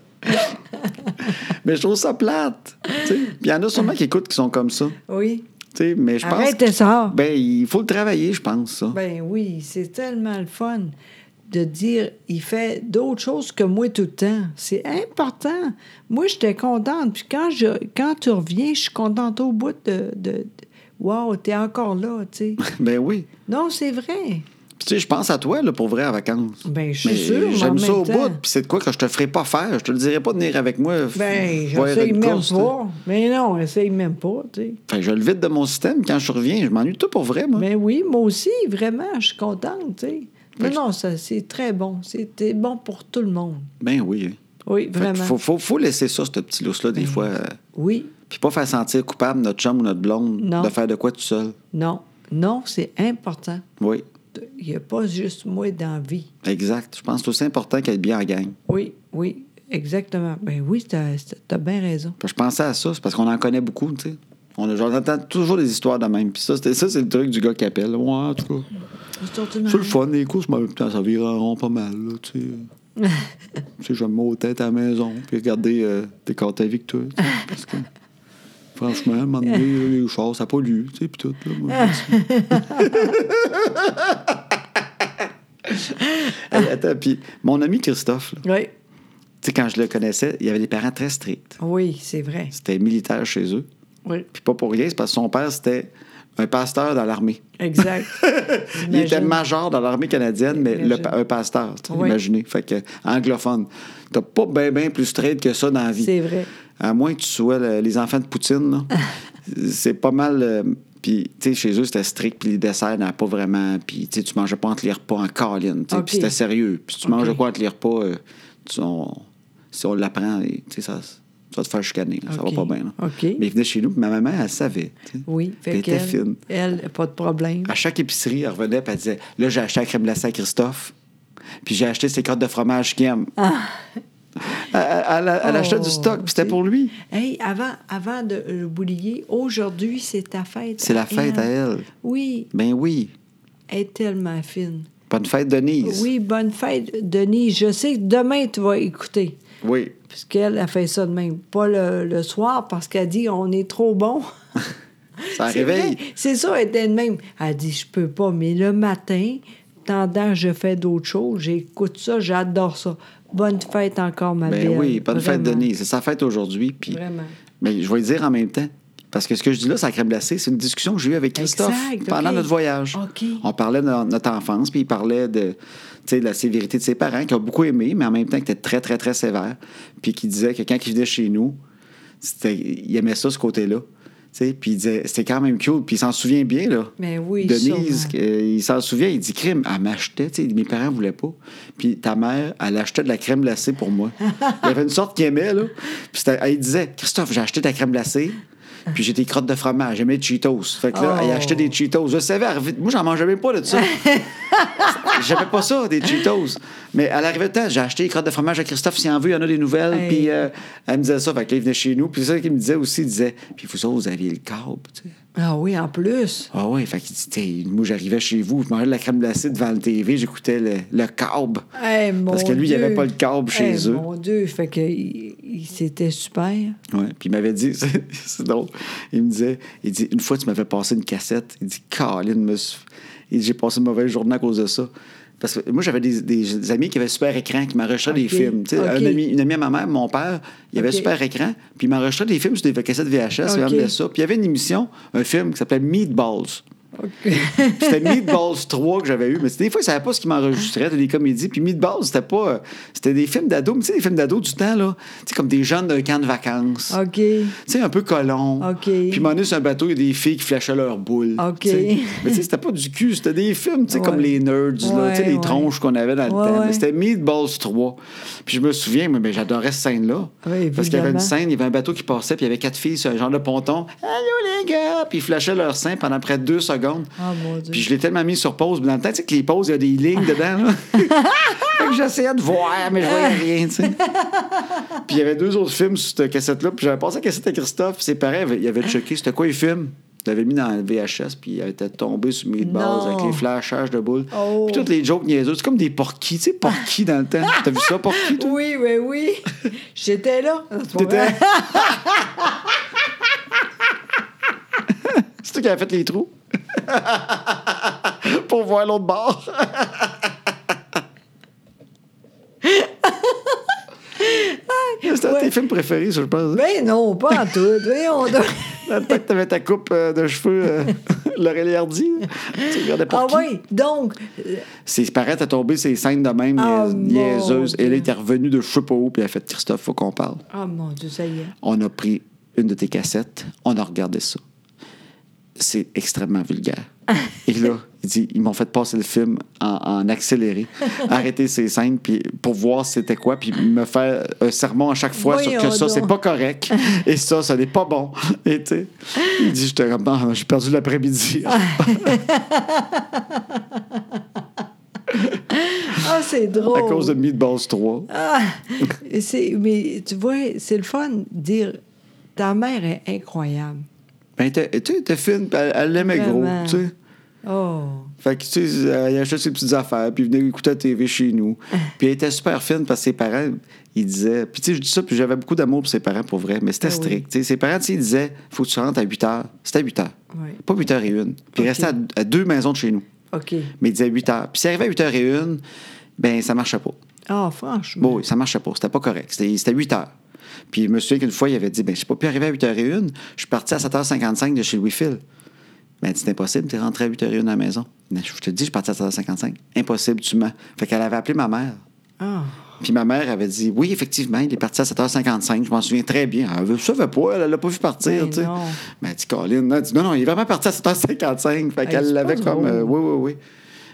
[SPEAKER 1] mais je trouve ça plate, tu sais. Puis il y en a sûrement qui écoutent qui sont comme ça,
[SPEAKER 2] Oui.
[SPEAKER 1] tu sais, mais je pense...
[SPEAKER 2] Arrêtez
[SPEAKER 1] que-
[SPEAKER 2] ça.
[SPEAKER 1] Ben, il faut le travailler, je pense, ça.
[SPEAKER 2] Ben oui, c'est tellement le fun de dire il fait d'autres choses que moi tout le temps. C'est important. Moi, j'étais contente. Puis quand, je, quand tu reviens, je suis contente au bout de. de, de Wow, t'es encore là, tu sais.
[SPEAKER 1] Ben oui.
[SPEAKER 2] Non, c'est vrai.
[SPEAKER 1] Puis, tu sais, je pense à toi, là, pour vrai, en vacances.
[SPEAKER 2] Ben, je suis
[SPEAKER 1] Mais
[SPEAKER 2] sûre, mais en
[SPEAKER 1] J'aime ça
[SPEAKER 2] même
[SPEAKER 1] au
[SPEAKER 2] temps-
[SPEAKER 1] bout, puis c'est de quoi que je te ferai pas faire. Je te le dirai pas de venir avec moi. f-
[SPEAKER 2] Ben,
[SPEAKER 1] voir
[SPEAKER 2] j'essaye
[SPEAKER 1] une
[SPEAKER 2] même
[SPEAKER 1] course, tu sais.
[SPEAKER 2] pas. Mais non, j'essaye même pas, tu sais.
[SPEAKER 1] Fait que je le vide de mon système. Quand je reviens, je m'ennuie de tout pour vrai, moi.
[SPEAKER 2] Mais oui, moi aussi, vraiment, je suis contente, tu sais. Non, non, ça, c'est très bon. C'était bon pour tout le monde.
[SPEAKER 1] Ben oui.
[SPEAKER 2] Oui,
[SPEAKER 1] Fait que
[SPEAKER 2] vraiment. Ben
[SPEAKER 1] faut, faut, faut laisser ça, ce petit lousse-là, des fois. euh,
[SPEAKER 2] Oui,
[SPEAKER 1] Puis pas faire sentir coupable notre chum ou notre blonde
[SPEAKER 2] Non.
[SPEAKER 1] de faire de quoi tout seul.
[SPEAKER 2] non. Non, c'est important.
[SPEAKER 1] Oui,
[SPEAKER 2] Il n'y a pas juste moi dans la vie.
[SPEAKER 1] exact. Je pense que c'est aussi important qu'elle est bien en gang.
[SPEAKER 2] Oui, oui, exactement. Ben oui, t'as as, bien raison.
[SPEAKER 1] Puis je pensais à ça, c'est parce qu'on en connaît beaucoup, tu sais. On a- J'entends toujours des histoires de même. Puis ça, c'était- ça, c'est le truc du gars qui appelle. Ouais, en tout cas. C'est le fun, les courses, mais en même temps, ça vire en rond pas mal, là, tu sais. tu sais, j'aime aux têtes à la maison, puis regarder euh, des cartes à victoire, tu sais, parce que... Franchement, à un moment donné, là, les chars, ça pollue, tu sais, puis tout, là. moi, je dis- Hey, attends, puis mon ami Christophe, là, tu
[SPEAKER 2] Oui,
[SPEAKER 1] sais, quand je le connaissais, il avait des parents très stricts.
[SPEAKER 2] oui c'est vrai.
[SPEAKER 1] C'était militaire chez eux.
[SPEAKER 2] Oui,
[SPEAKER 1] Puis pas pour rien, c'est parce que son père, c'était un pasteur dans l'armée.
[SPEAKER 2] exact.
[SPEAKER 1] Il était
[SPEAKER 2] J'imagine.
[SPEAKER 1] major dans l'armée canadienne, mais le,
[SPEAKER 2] Imagine.
[SPEAKER 1] pa- un pasteur, tu sais,
[SPEAKER 2] Oui.
[SPEAKER 1] imaginez. Fait que, anglophone. T'as pas bien ben plus straight que ça dans la vie.
[SPEAKER 2] C'est vrai.
[SPEAKER 1] À moins que tu sois le- les enfants de Poutine, là. c'est pas mal. euh, puis, tu sais, chez eux, c'était strict, puis les desserts n'avaient pas vraiment. Puis, tu sais, tu mangeais pas entre les repas en colline, tu sais,
[SPEAKER 2] OK.
[SPEAKER 1] puis c'était sérieux. Puis, si tu
[SPEAKER 2] OK.
[SPEAKER 1] mangeais quoi entre les repas, euh, tu- on- si on l'apprend, tu sais, ça, tu vas te faire chicaner, là. ça va
[SPEAKER 2] OK.
[SPEAKER 1] pas bien. là.
[SPEAKER 2] OK.
[SPEAKER 1] Mais il venait chez nous, puis ma maman, elle savait. tu sais.
[SPEAKER 2] Oui,
[SPEAKER 1] Puis
[SPEAKER 2] fait
[SPEAKER 1] elle était
[SPEAKER 2] qu'elle-
[SPEAKER 1] fine.
[SPEAKER 2] Elle, pas de problème.
[SPEAKER 1] À chaque épicerie, elle revenait et elle disait Là, j'ai acheté la crème glacée à Christophe, puis j'ai acheté ses cordes de fromage qu'il aime. Elle, elle- elle achetait
[SPEAKER 2] Ah. Oh,
[SPEAKER 1] du stock, puis c'était pour lui.
[SPEAKER 2] Hey, avant, avant de l'oublier, aujourd'hui, c'est ta fête.
[SPEAKER 1] C'est la fête à elle.
[SPEAKER 2] Oui,
[SPEAKER 1] Ben oui.
[SPEAKER 2] elle est tellement fine.
[SPEAKER 1] Bonne fête, Denise.
[SPEAKER 2] Oui, bonne fête, Denis. Je sais que demain, tu vas écouter.
[SPEAKER 1] Oui.
[SPEAKER 2] Puisqu'elle a fait ça de même. Pas le, le soir, parce qu'elle dit on est trop bon.
[SPEAKER 1] Ça
[SPEAKER 2] C'est
[SPEAKER 1] réveille.
[SPEAKER 2] vrai. C'est ça, elle était de même. Elle dit je peux pas, mais le matin, pendant que je fais d'autres choses, j'écoute ça, j'adore ça. Bonne fête encore, ma
[SPEAKER 1] Ben
[SPEAKER 2] belle.
[SPEAKER 1] oui, bonne fête,
[SPEAKER 2] euh, Vraiment.
[SPEAKER 1] Denise. C'est sa fête aujourd'hui. Puis...
[SPEAKER 2] Vraiment.
[SPEAKER 1] Mais je vais le dire en même temps. Parce que ce que je dis là, c'est la crème glacée. C'est une discussion que j'ai eue avec Christophe
[SPEAKER 2] Exact,
[SPEAKER 1] pendant
[SPEAKER 2] ok.
[SPEAKER 1] notre voyage.
[SPEAKER 2] Ok.
[SPEAKER 1] On parlait de notre enfance, puis il parlait de, tu sais, de la sévérité de ses parents, qui ont beaucoup aimé, mais en même temps qui étaient très, très, très sévères. Puis qui disait que quand il venait chez nous, c'était- il aimait ça, ce côté-là. Tu sais, Puis il disait, c'était quand même cute. Puis il s'en souvient bien, là.
[SPEAKER 2] Mais Ben oui,
[SPEAKER 1] Denise,
[SPEAKER 2] sûrement.
[SPEAKER 1] euh, il s'en souvient, il dit crime, elle m'achetait, tu sais, mes parents voulaient pas. Puis ta mère, elle achetait de la crème glacée pour moi. il y avait une sorte qu'il aimait, là. Puis c'était- elle disait, Christophe, j'ai acheté de la crème glacée, puis j'ai des crottes de fromage, j'aimais les Cheetos. Fait que là,
[SPEAKER 2] Oh.
[SPEAKER 1] elle achetait des Cheetos. Je savais, elle arrivait- moi, j'en mangeais même pas de ça. J'aimais pas ça, des Cheetos. Mais elle arrivait le temps, j'ai acheté des crottes de fromage à Christophe, s'il en veut, il y en a des nouvelles.
[SPEAKER 2] Hey.
[SPEAKER 1] Puis euh, elle me disait ça, fait que là, il venait chez nous. Puis c'est ça qu'il me disait aussi, il disait, puis vous autres, vous aviez le câble, tu sais.
[SPEAKER 2] Ah oui, en plus.
[SPEAKER 1] Ah ouais, fait qu'il dit, t'sais, moi j'arrivais chez vous, je mangeais de la crème glacée devant le TV, j'écoutais le, le câble.
[SPEAKER 2] Hey, Eh, mon
[SPEAKER 1] Parce que lui, il n'y avait
[SPEAKER 2] Dieu.
[SPEAKER 1] pas le câble chez
[SPEAKER 2] Hey,
[SPEAKER 1] eux.
[SPEAKER 2] Mon Dieu, fait que il- il- c'était super.
[SPEAKER 1] Ouais, puis il m'avait dit, c'est c'est drôle, il me disait, il dit, une fois tu m'avais passé une cassette, il dit, Caroline, me suis- Il dit, j'ai passé une mauvaise journée à cause de ça. Parce que moi, j'avais des, des- des amis qui avaient super écran, qui m'enregistraient des
[SPEAKER 2] Ok.
[SPEAKER 1] films. Tu sais, un
[SPEAKER 2] Ok.
[SPEAKER 1] ami- une amie à ma mère, mon père, il avait
[SPEAKER 2] Ok.
[SPEAKER 1] super écran, puis il m'enregistrait des films sur des cassettes VHS, il
[SPEAKER 2] Ok.
[SPEAKER 1] m'amenait ça. Puis il y avait une émission, un film qui s'appelait Meatballs.
[SPEAKER 2] OK.
[SPEAKER 1] Puis C'était Meatballs 3 que j'avais eu. Mais c'est- des fois, ils ne savaient pas ce qu'ils m'enregistraient. C'était des comédies. Puis Meatballs, c'était pas. euh, C'était des films d'ados. Mais tu sais, des films d'ados du temps, là. Tu sais, comme des jeunes d'un camp de vacances.
[SPEAKER 2] OK.
[SPEAKER 1] Tu sais, un peu colon.
[SPEAKER 2] OK.
[SPEAKER 1] Puis, m'en est sur un bateau, il y a des filles qui flashaient leurs boules.
[SPEAKER 2] OK.
[SPEAKER 1] tu sais. Mais tu sais, c'était pas du cul. C'était des films, tu sais,
[SPEAKER 2] Ouais.
[SPEAKER 1] comme les nerds, là. Tu sais,
[SPEAKER 2] Ouais,
[SPEAKER 1] les
[SPEAKER 2] ouais.
[SPEAKER 1] tronches qu'on avait dans le
[SPEAKER 2] Ouais,
[SPEAKER 1] temps. Mais
[SPEAKER 2] ouais.
[SPEAKER 1] c'était Meatballs 3. Puis, je me souviens, mais, mais j'adorais cette scène-là.
[SPEAKER 2] Oui,
[SPEAKER 1] Parce qu'il y avait une
[SPEAKER 2] évidemment.
[SPEAKER 1] scène, il y avait un bateau qui passait, puis il y avait quatre filles sur un genre de ponton. Allô, les gars! Puis, ils flashaient leur sein pendant près de deux secondes.
[SPEAKER 2] Ah, mon Dieu.
[SPEAKER 1] Puis je l'ai tellement mis sur pause. mais Dans le temps, tu sais que les pauses, il y a des lignes dedans. Là. fait que j'essayais de voir, mais je
[SPEAKER 2] Euh.
[SPEAKER 1] voyais rien, tu sais. Puis il y avait deux autres films sur cette cassette-là. Puis j'avais passé la cassette à Christophe. C'est pareil, il avait checké. C'était quoi les films? Je l'avais mis dans le VHS, puis il était tombé sur mes bases
[SPEAKER 2] Non.
[SPEAKER 1] avec les flashages de boules.
[SPEAKER 2] Oh.
[SPEAKER 1] Puis toutes les jokes niaiseuses. C'est comme des porquis, tu sais, porquis dans le temps. T'as vu ça, porquis, toi?
[SPEAKER 2] Oui, oui, oui. J'étais là. en ce
[SPEAKER 1] T'étais-
[SPEAKER 2] moment.
[SPEAKER 1] C'est toi qui avais fait les trous? Pour voir l'autre bord. C'était un de tes
[SPEAKER 2] Ouais.
[SPEAKER 1] films préférés, ça, je pense.
[SPEAKER 2] Ben non, pas en tout. Voyons donc.
[SPEAKER 1] Dans le temps que t'avais ta coupe euh, de cheveux, euh, Laurel Hardy, là. tu regardais
[SPEAKER 2] Ah
[SPEAKER 1] pas qui.
[SPEAKER 2] oui, donc, euh,
[SPEAKER 1] C'est pareil, t'as tombé ces scènes de même,
[SPEAKER 2] Ah,
[SPEAKER 1] niais-
[SPEAKER 2] mon
[SPEAKER 1] niaiseuses. Et là,
[SPEAKER 2] Dieu.
[SPEAKER 1] il était revenu de je sais pas où, puis il a fait Christophe, faut qu'on parle.
[SPEAKER 2] ah mon Dieu, ça y est.
[SPEAKER 1] On a pris une de tes cassettes, on a regardé ça. C'est extrêmement vulgaire. Et là, il dit, ils m'ont fait passer le film en, en accéléré, arrêter ces scènes puis, pour voir c'était quoi, puis me faire un sermon à chaque fois sur que
[SPEAKER 2] Voyons
[SPEAKER 1] ça, c'est
[SPEAKER 2] donc.
[SPEAKER 1] pas correct, et ça, ça n'est pas bon. Et tu sais, il dit, j'étais comme, Ah, j'ai perdu l'après-midi.
[SPEAKER 2] Ah, c'est drôle.
[SPEAKER 1] À cause de Meatballs 3.
[SPEAKER 2] Ah! Et c'est- mais tu vois, c'est le fun de dire ta mère est incroyable.
[SPEAKER 1] Ben, t'es- tu sais, t'es fine, puis elle, elle l'aimait gros,
[SPEAKER 2] Vraiment.
[SPEAKER 1] tu sais.
[SPEAKER 2] Oh,
[SPEAKER 1] Fait que, tu sais, euh, il achetait ses petites affaires, puis il venait écouter la TV chez nous. Puis elle était super fine parce que ses parents, ils disaient. Puis, tu sais, je dis ça, puis j'avais beaucoup d'amour pour ses parents pour vrai, mais c'était
[SPEAKER 2] Ah oui.
[SPEAKER 1] strict. Tu sais, Ses parents, tu sais, ils disaient, faut que tu rentres à 8 h. C'était à 8 h.
[SPEAKER 2] Oui.
[SPEAKER 1] Pas 8 h et une. Puis il
[SPEAKER 2] Ok.
[SPEAKER 1] restait à, à deux maisons de chez nous.
[SPEAKER 2] OK.
[SPEAKER 1] Mais ils disaient 8 h. Puis, s'il arrivait à 8 h et une, ben, ça marchait pas.
[SPEAKER 2] Ah, franchement.
[SPEAKER 1] Bon, oui, ça marchait pas. C'était pas correct. C'était c'était 8 heures. Puis je me souviens qu'une fois, il avait dit ben, Je suis pas pu arriver à 8h01. Je suis parti à 7h55 de chez Louisville. Ben, c'est impossible, t'es rentré à 8h01 à la maison. Ben, je te dis, je suis parti à 7h55. Impossible, tu mens. Fait qu'elle avait appelé ma mère.
[SPEAKER 2] Ah,
[SPEAKER 1] Puis ma mère avait dit Oui, effectivement, il est parti à 7h55. Je m'en souviens très bien. Elle ne savait pas, elle l'a pas vu partir.
[SPEAKER 2] Ben
[SPEAKER 1] tu sais.
[SPEAKER 2] non.
[SPEAKER 1] Ben, elle dit Colin, elle dit, non, non, il est vraiment parti à 7h55. Fait
[SPEAKER 2] c'est
[SPEAKER 1] qu'elle l'avait
[SPEAKER 2] pas
[SPEAKER 1] comme. euh,
[SPEAKER 2] drôle.
[SPEAKER 1] oui, oui, oui.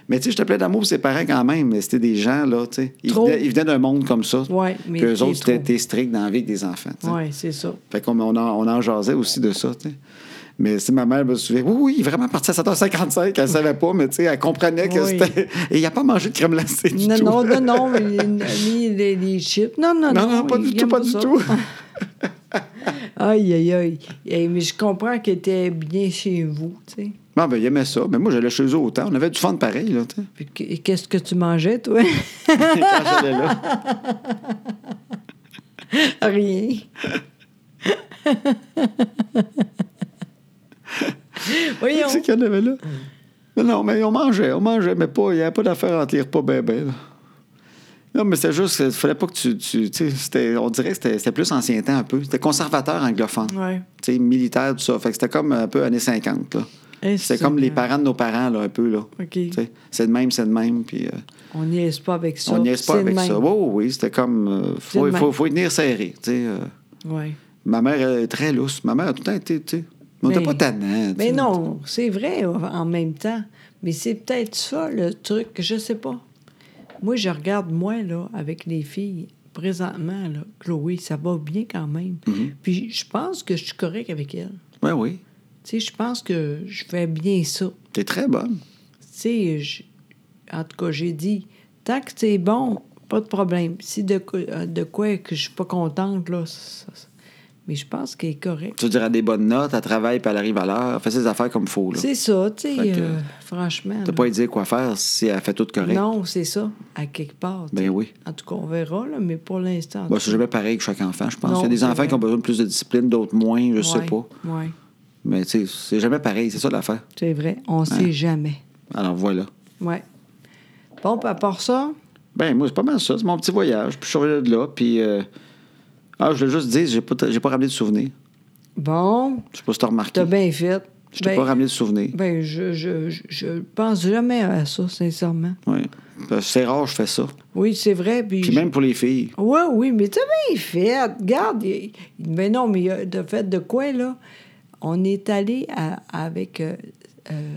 [SPEAKER 1] Mais tu sais, je te plais d'amour pour ses parents quand même. mais C'était des gens, là, tu sais. Ils
[SPEAKER 2] Trop.
[SPEAKER 1] venaient, ils venaient d'un monde comme ça.
[SPEAKER 2] Ouais, mais
[SPEAKER 1] Puis eux
[SPEAKER 2] t'es
[SPEAKER 1] autres,
[SPEAKER 2] trop.
[SPEAKER 1] c'était t'es strict dans la vie avec des enfants. tu sais.
[SPEAKER 2] oui, c'est ça.
[SPEAKER 1] Fait qu'on on en, on en jasait aussi de ça, tu sais. Mais si ma mère me souvient, oui, oui, il est vraiment parti à 7h55, elle savait pas, mais tu sais, elle comprenait que
[SPEAKER 2] Oui.
[SPEAKER 1] c'était. Et il n'a pas mangé de crème glacée du
[SPEAKER 2] Non,
[SPEAKER 1] tout.
[SPEAKER 2] non, non, non, mais les, ni les, les chips. Non, non,
[SPEAKER 1] Non,
[SPEAKER 2] Ah non.
[SPEAKER 1] non, pas
[SPEAKER 2] il
[SPEAKER 1] du tout,
[SPEAKER 2] aime
[SPEAKER 1] pas du
[SPEAKER 2] ça.
[SPEAKER 1] tout.
[SPEAKER 2] Aïe, aïe, aïe. Eh, mais je comprends qu'elle était bien chez vous, tu sais.
[SPEAKER 1] Non, ben, il aimait ça. Mais moi, j'allais chez eux autant. On avait du fun pareil, là, tu sais,
[SPEAKER 2] Puis que- qu'est-ce que tu mangeais, toi?
[SPEAKER 1] quand j'allais là.
[SPEAKER 2] Rien. Voyons. Mm.
[SPEAKER 1] Qu'est-ce qu'il y en avait là? Non, non, mais on mangeait, on mangeait, mais pas, il n'y avait pas d'affaire à en tirer pas ben ben. là. Non, mais c'est juste, il fallait pas que tu. tu tu sais, c'était- on dirait que c'était- c'était plus ancien temps un peu. C'était conservateur anglophone.
[SPEAKER 2] Ouais.
[SPEAKER 1] Tu sais, militaire, tout ça. Fait que c'était comme un peu années 50, là.
[SPEAKER 2] Eh,
[SPEAKER 1] C'était
[SPEAKER 2] c'est
[SPEAKER 1] comme les
[SPEAKER 2] vrai.
[SPEAKER 1] parents de nos parents, là, un peu, là.
[SPEAKER 2] OK.
[SPEAKER 1] Tu sais, C'est de même, c'est de même, puis euh,
[SPEAKER 2] On niaise pas avec ça.
[SPEAKER 1] on n'y est pas
[SPEAKER 2] C'est de
[SPEAKER 1] avec
[SPEAKER 2] même.
[SPEAKER 1] ça. Oui, oui, oui, c'était comme. euh,
[SPEAKER 2] C'est de
[SPEAKER 1] faut,
[SPEAKER 2] même.
[SPEAKER 1] faut, faut y tenir serré, tu sais. euh.
[SPEAKER 2] Ouais.
[SPEAKER 1] Ma mère elle est très lousse. Ma mère a tout le temps été, tu sais. Mais on n'était
[SPEAKER 2] Mais-
[SPEAKER 1] pas tannant.
[SPEAKER 2] Mais non, c'est vrai en même temps. Mais c'est peut-être ça le truc, je sais pas. Moi, je regarde moi, là, avec les filles, présentement, là, Chloé, ça va bien quand même.
[SPEAKER 1] Mm-hmm.
[SPEAKER 2] Puis je pense que je suis correcte avec elle.
[SPEAKER 1] Oui, oui.
[SPEAKER 2] Tu sais, je pense que je fais bien ça.
[SPEAKER 1] T'es très bonne.
[SPEAKER 2] Tu sais, je- en tout cas, j'ai dit, tant que c'est bon, pas de problème. Si de, quoi- euh, de quoi que je suis pas contente, là, ça- ça- mais je pense qu'elle est correcte.
[SPEAKER 1] Tu veux dire, elle a des bonnes notes, elle travaille, puis elle arrive à l'heure, elle fait ses affaires comme faut. là.
[SPEAKER 2] C'est ça, tu sais,
[SPEAKER 1] Fait que-
[SPEAKER 2] euh, franchement.
[SPEAKER 1] T'as
[SPEAKER 2] là.
[SPEAKER 1] pas à lui dire quoi faire si elle fait tout correct.
[SPEAKER 2] Non, c'est ça, à quelque part. tu
[SPEAKER 1] Ben
[SPEAKER 2] sais.
[SPEAKER 1] oui. Ben,
[SPEAKER 2] En tout cas, on verra, là, mais pour l'instant.
[SPEAKER 1] Bon, c'est jamais pareil que chaque enfant, je pense.
[SPEAKER 2] Non,
[SPEAKER 1] Il y a des
[SPEAKER 2] c'est
[SPEAKER 1] enfants
[SPEAKER 2] vrai.
[SPEAKER 1] qui ont besoin de plus de discipline, d'autres moins, je sais pas.
[SPEAKER 2] Oui,
[SPEAKER 1] Mais tu sais, c'est jamais pareil, c'est ça l'affaire.
[SPEAKER 2] c'est vrai, on sait jamais.
[SPEAKER 1] Alors voilà.
[SPEAKER 2] Ouais. Bon, puis à part ça,
[SPEAKER 1] Ben, moi, c'est pas mal ça. C'est mon petit voyage. Puis je suis revenu de là. Puis. euh, Ah, je voulais juste dire, j'ai pas, t- j'ai pas ramené de souvenirs.
[SPEAKER 2] bon,
[SPEAKER 1] Je sais pas si t'as remarqué.
[SPEAKER 2] t'as bien fait.
[SPEAKER 1] Je t'ai
[SPEAKER 2] Ben-
[SPEAKER 1] pas ramené de souvenirs.
[SPEAKER 2] Ben, je, je, je- je pense jamais à ça, sincèrement.
[SPEAKER 1] Ouais. Parce que C'est rare, je fais ça.
[SPEAKER 2] Oui, c'est vrai. Puis
[SPEAKER 1] Puis
[SPEAKER 2] je-
[SPEAKER 1] même pour les filles.
[SPEAKER 2] Oui, oui, mais tu bien fait. Regarde, il- il- mais non, mais il a- de fait de quoi, là? On est allé à- avec... euh, euh,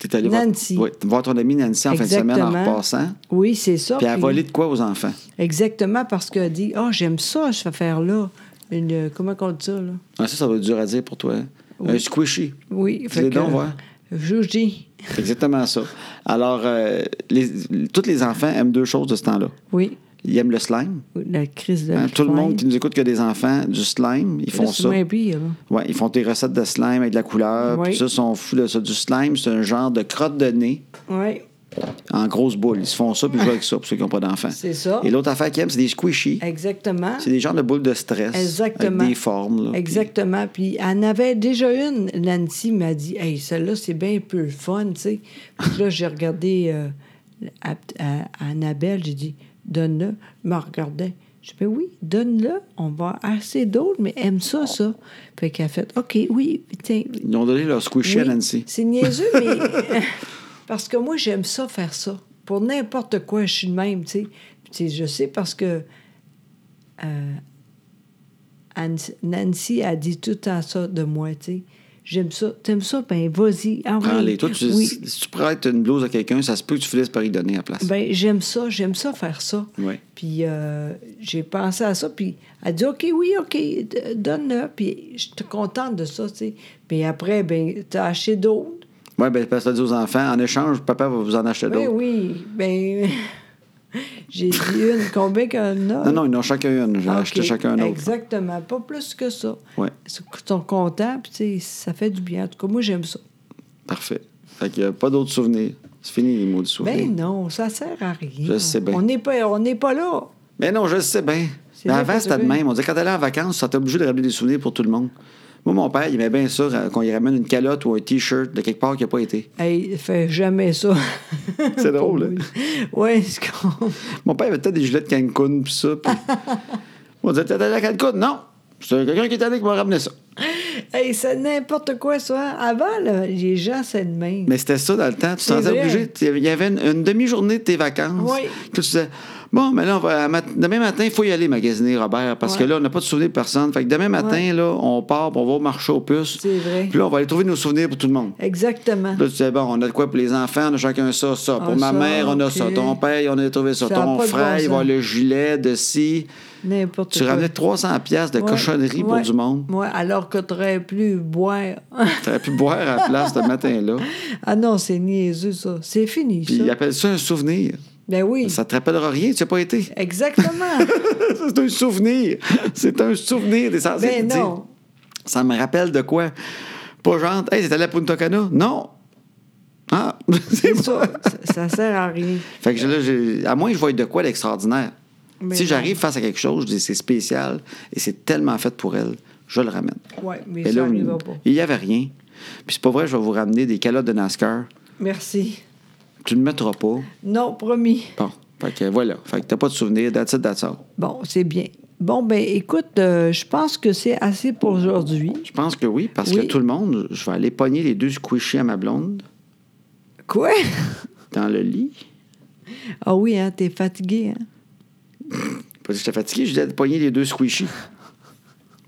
[SPEAKER 1] T'es allé
[SPEAKER 2] Nancy.
[SPEAKER 1] Voir, ouais, voir ton amie Nancy en fin de semaine en
[SPEAKER 2] Exactement.
[SPEAKER 1] repassant.
[SPEAKER 2] oui, c'est ça.
[SPEAKER 1] Puis elle a
[SPEAKER 2] puis-
[SPEAKER 1] volé de quoi aux enfants?
[SPEAKER 2] Exactement, parce qu'elle dit, « Ah, j'aime ça, cette affaire-là. » Une, euh, Comment qu'on dit ça, là?
[SPEAKER 1] Ah, ça, ça va être dur à dire pour toi. hein? Un squishy.
[SPEAKER 2] Oui,
[SPEAKER 1] Dis-les donc, voir.
[SPEAKER 2] euh, Je dis,
[SPEAKER 1] C'est exactement ça. Alors, euh, les- tous les enfants aiment deux choses de ce temps-là.
[SPEAKER 2] oui,
[SPEAKER 1] Ils aiment le slime.
[SPEAKER 2] la crise de
[SPEAKER 1] hein.
[SPEAKER 2] la
[SPEAKER 1] Tout le monde
[SPEAKER 2] faim.
[SPEAKER 1] qui nous écoute qui a des enfants, du slime, ils
[SPEAKER 2] Là,
[SPEAKER 1] font
[SPEAKER 2] c'est
[SPEAKER 1] ça.
[SPEAKER 2] moins pire, là.
[SPEAKER 1] Ouais, ils font des recettes de slime avec de la couleur.
[SPEAKER 2] Oui.
[SPEAKER 1] Puis ça, ils sont fous de ça. Du slime, c'est un genre de crotte de nez
[SPEAKER 2] Oui,
[SPEAKER 1] en grosse boule. Ils se font ça puis ils jouent avec ça pour ceux qui n'ont pas d'enfants.
[SPEAKER 2] C'est ça.
[SPEAKER 1] Et l'autre affaire qu'ils aiment, c'est des squishy.
[SPEAKER 2] exactement.
[SPEAKER 1] C'est des genres de boules de stress.
[SPEAKER 2] Exactement.
[SPEAKER 1] Avec des formes. là.
[SPEAKER 2] Exactement. Puis elle en avait déjà une. Nancy m'a dit Hey, celle-là, c'est bien peu le fun, tu sais. Puis là, j'ai regardé euh, à, à- à Annabelle, j'ai dit Donne-le. Elle me regardait. Je dis Ben oui, donne-le. On va assez d'autres, mais aime ça, ça. Fait qu'elle a fait OK, oui, tiens.
[SPEAKER 1] Ils ont donné leur squishy à
[SPEAKER 2] oui.
[SPEAKER 1] Nancy.
[SPEAKER 2] C'est niaiseux, mais. parce que moi, j'aime ça, faire ça. Pour n'importe quoi, je suis de même, tu sais. Puis, tu sais, je sais parce que. Anne- Nancy a dit tout le temps ça de moi, tu sais. J'aime ça, t'aimes ça, ben vas-y, envoie.
[SPEAKER 1] Prends-les. Toi, tu-
[SPEAKER 2] oui.
[SPEAKER 1] si tu prêtes une blouse à quelqu'un, ça se peut que tu finisses par y donner à la place.
[SPEAKER 2] Ben j'aime ça, j'aime ça faire ça.
[SPEAKER 1] Oui.
[SPEAKER 2] Puis euh, j'ai pensé à ça, puis elle dit ok, oui, ok, d- donne-le, puis je suis contente de ça, tu sais. Puis après, ben t'as acheté d'autres.
[SPEAKER 1] Oui, ben, parce que tu dit aux enfants, en échange, papa va vous en acheter
[SPEAKER 2] Ben
[SPEAKER 1] d'autres.
[SPEAKER 2] oui, ben j'ai dit une, combien qu'on a
[SPEAKER 1] Non, non, ils en ont chacun une. J'ai
[SPEAKER 2] Ah,
[SPEAKER 1] acheté
[SPEAKER 2] ok.
[SPEAKER 1] chacun un autre.
[SPEAKER 2] Exactement, pas plus que ça.
[SPEAKER 1] Ouais.
[SPEAKER 2] Ils sont contents, puis tu sais, ça fait du bien. En tout cas, moi j'aime ça.
[SPEAKER 1] Parfait. Fait qu'il n'y a pas d'autres souvenirs. C'est fini, les mots de souvenirs.
[SPEAKER 2] Ben non, ça sert à rien.
[SPEAKER 1] Je sais bien.
[SPEAKER 2] On n'est pas, on n'est pas là.
[SPEAKER 1] Mais non, je le sais bien.
[SPEAKER 2] C'est
[SPEAKER 1] Mais
[SPEAKER 2] vrai
[SPEAKER 1] avant,
[SPEAKER 2] que
[SPEAKER 1] c'était
[SPEAKER 2] tu
[SPEAKER 1] de
[SPEAKER 2] veux.
[SPEAKER 1] même. On disait, quand t'allais en vacances, ça t'a obligé de ramener des souvenirs pour tout le monde. Moi, mon père, il aimait bien ça euh, qu'on lui ramène une calotte ou un T-shirt de quelque part qui n'a pas été.
[SPEAKER 2] Hey, fais jamais ça.
[SPEAKER 1] C'est drôle, hein?
[SPEAKER 2] oui, c'est con.
[SPEAKER 1] Mon père avait peut-être des gilets de Cancun, puis ça. Puis... on disait, t'es allé à Cancun? Non! C'est quelqu'un qui est allé qui m'a ramené ça.
[SPEAKER 2] Hey, c'est n'importe quoi, ça. hein? Avant, là, les gens, c'est de même.
[SPEAKER 1] Mais c'était ça dans le temps. Tu
[SPEAKER 2] C'est
[SPEAKER 1] t'en
[SPEAKER 2] vrai.
[SPEAKER 1] obligé. Tu- Il y avait une, une demi-journée de tes vacances.
[SPEAKER 2] Oui.
[SPEAKER 1] Puis tu disais, bon, mais là, on va- à mat- demain matin, il faut y aller magasiner, Robert, parce
[SPEAKER 2] Ouais.
[SPEAKER 1] que là, on n'a pas de souvenirs de personne. Fait que demain matin, là, on part, puis on va au marché aux puces.
[SPEAKER 2] C'est vrai.
[SPEAKER 1] Puis là, on va aller trouver nos souvenirs pour tout le monde.
[SPEAKER 2] Exactement.
[SPEAKER 1] Là, tu disais, bon, on a de quoi pour les enfants, on a chacun ça, ça. Pour
[SPEAKER 2] Ah,
[SPEAKER 1] ma
[SPEAKER 2] ça,
[SPEAKER 1] mère, on a
[SPEAKER 2] ok.
[SPEAKER 1] ça. Ton père, on a trouvé ça.
[SPEAKER 2] Ça
[SPEAKER 1] Ton
[SPEAKER 2] a pas de bon
[SPEAKER 1] frère, il va avoir
[SPEAKER 2] sens.
[SPEAKER 1] le gilet de ci.
[SPEAKER 2] N'importe
[SPEAKER 1] Tu
[SPEAKER 2] quoi.
[SPEAKER 1] ramenais 300 pièces de
[SPEAKER 2] Ouais,
[SPEAKER 1] cochonnerie pour
[SPEAKER 2] ouais,
[SPEAKER 1] du monde.
[SPEAKER 2] ouais, alors que t'aurais plus boire.
[SPEAKER 1] T'aurais pu boire à la place ce matin-là.
[SPEAKER 2] ah non, c'est niaiseux, ça. C'est fini,
[SPEAKER 1] Puis
[SPEAKER 2] ça.
[SPEAKER 1] ils appellent ça un souvenir.
[SPEAKER 2] Ben oui.
[SPEAKER 1] Ça te rappellera rien, tu n'as pas été.
[SPEAKER 2] Exactement.
[SPEAKER 1] C'est un souvenir. C'est un souvenir des censés
[SPEAKER 2] Ben
[SPEAKER 1] te dire.
[SPEAKER 2] non.
[SPEAKER 1] Ça me rappelle de quoi? Pas genre, hey, t'es allé à Punta Cana? Non. Ah, c'est
[SPEAKER 2] c'est
[SPEAKER 1] bon.
[SPEAKER 2] ça. ça. Ça sert à rien.
[SPEAKER 1] Fait que là, j'ai- à moins que je vois de quoi d'extraordinaire.
[SPEAKER 2] Mais
[SPEAKER 1] Si
[SPEAKER 2] Ben non.
[SPEAKER 1] j'arrive face à quelque chose, je dis c'est spécial et c'est tellement fait pour elle, je le ramène.
[SPEAKER 2] Ouais, mais
[SPEAKER 1] Et
[SPEAKER 2] ça
[SPEAKER 1] là,
[SPEAKER 2] arrivera pas.
[SPEAKER 1] il n'y avait rien. Puis c'est pas vrai, je vais vous ramener des calottes de NASCAR.
[SPEAKER 2] Merci.
[SPEAKER 1] Tu ne mettras pas.
[SPEAKER 2] Non, promis.
[SPEAKER 1] Bon. Fait que voilà. Fait que t'as pas de souvenir. That's it, that's all.
[SPEAKER 2] Bon, c'est bien. Bon, ben écoute, euh, je pense que c'est assez pour aujourd'hui.
[SPEAKER 1] Je pense que oui, parce que
[SPEAKER 2] Oui.
[SPEAKER 1] tout le monde, je vais aller pogner les deux squishies à ma blonde
[SPEAKER 2] Quoi?
[SPEAKER 1] dans le lit.
[SPEAKER 2] Ah oui, hein, t'es fatigué, hein?
[SPEAKER 1] Parce que j'étais fatigué, je disais de pogner les deux squishies.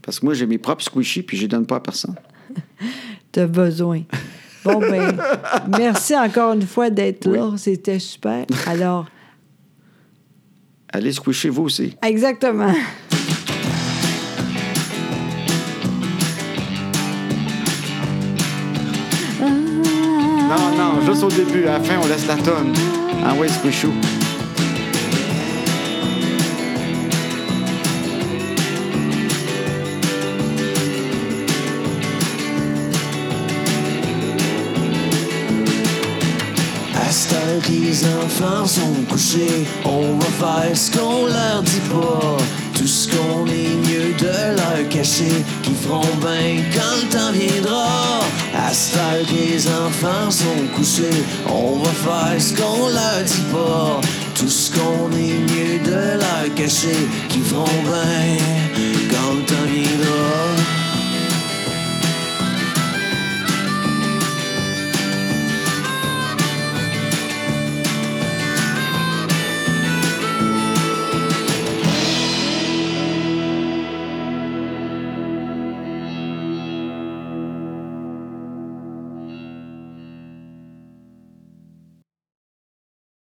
[SPEAKER 1] Parce que moi, j'ai mes propres squishies, puis je les donne pas à personne.
[SPEAKER 2] T'as besoin. Bon, ben, merci encore une fois d'être là. C'était super. Alors,
[SPEAKER 1] Allez squisher vous aussi.
[SPEAKER 2] exactement.
[SPEAKER 1] Non, non, juste au début. À la fin, on laisse la tonne. Ah ouais, squishou.
[SPEAKER 3] I À cette heure que les enfants sont couchés, on va faire ce qu'on leur dit pas. Tout ce qu'on est mieux de leur cacher, qui feront bien quand le temps viendra. À cette heure que les enfants sont couchés, on va faire ce qu'on leur dit pas. Tout ce qu'on est mieux de leur cacher, qui feront bien quand le temps viendra.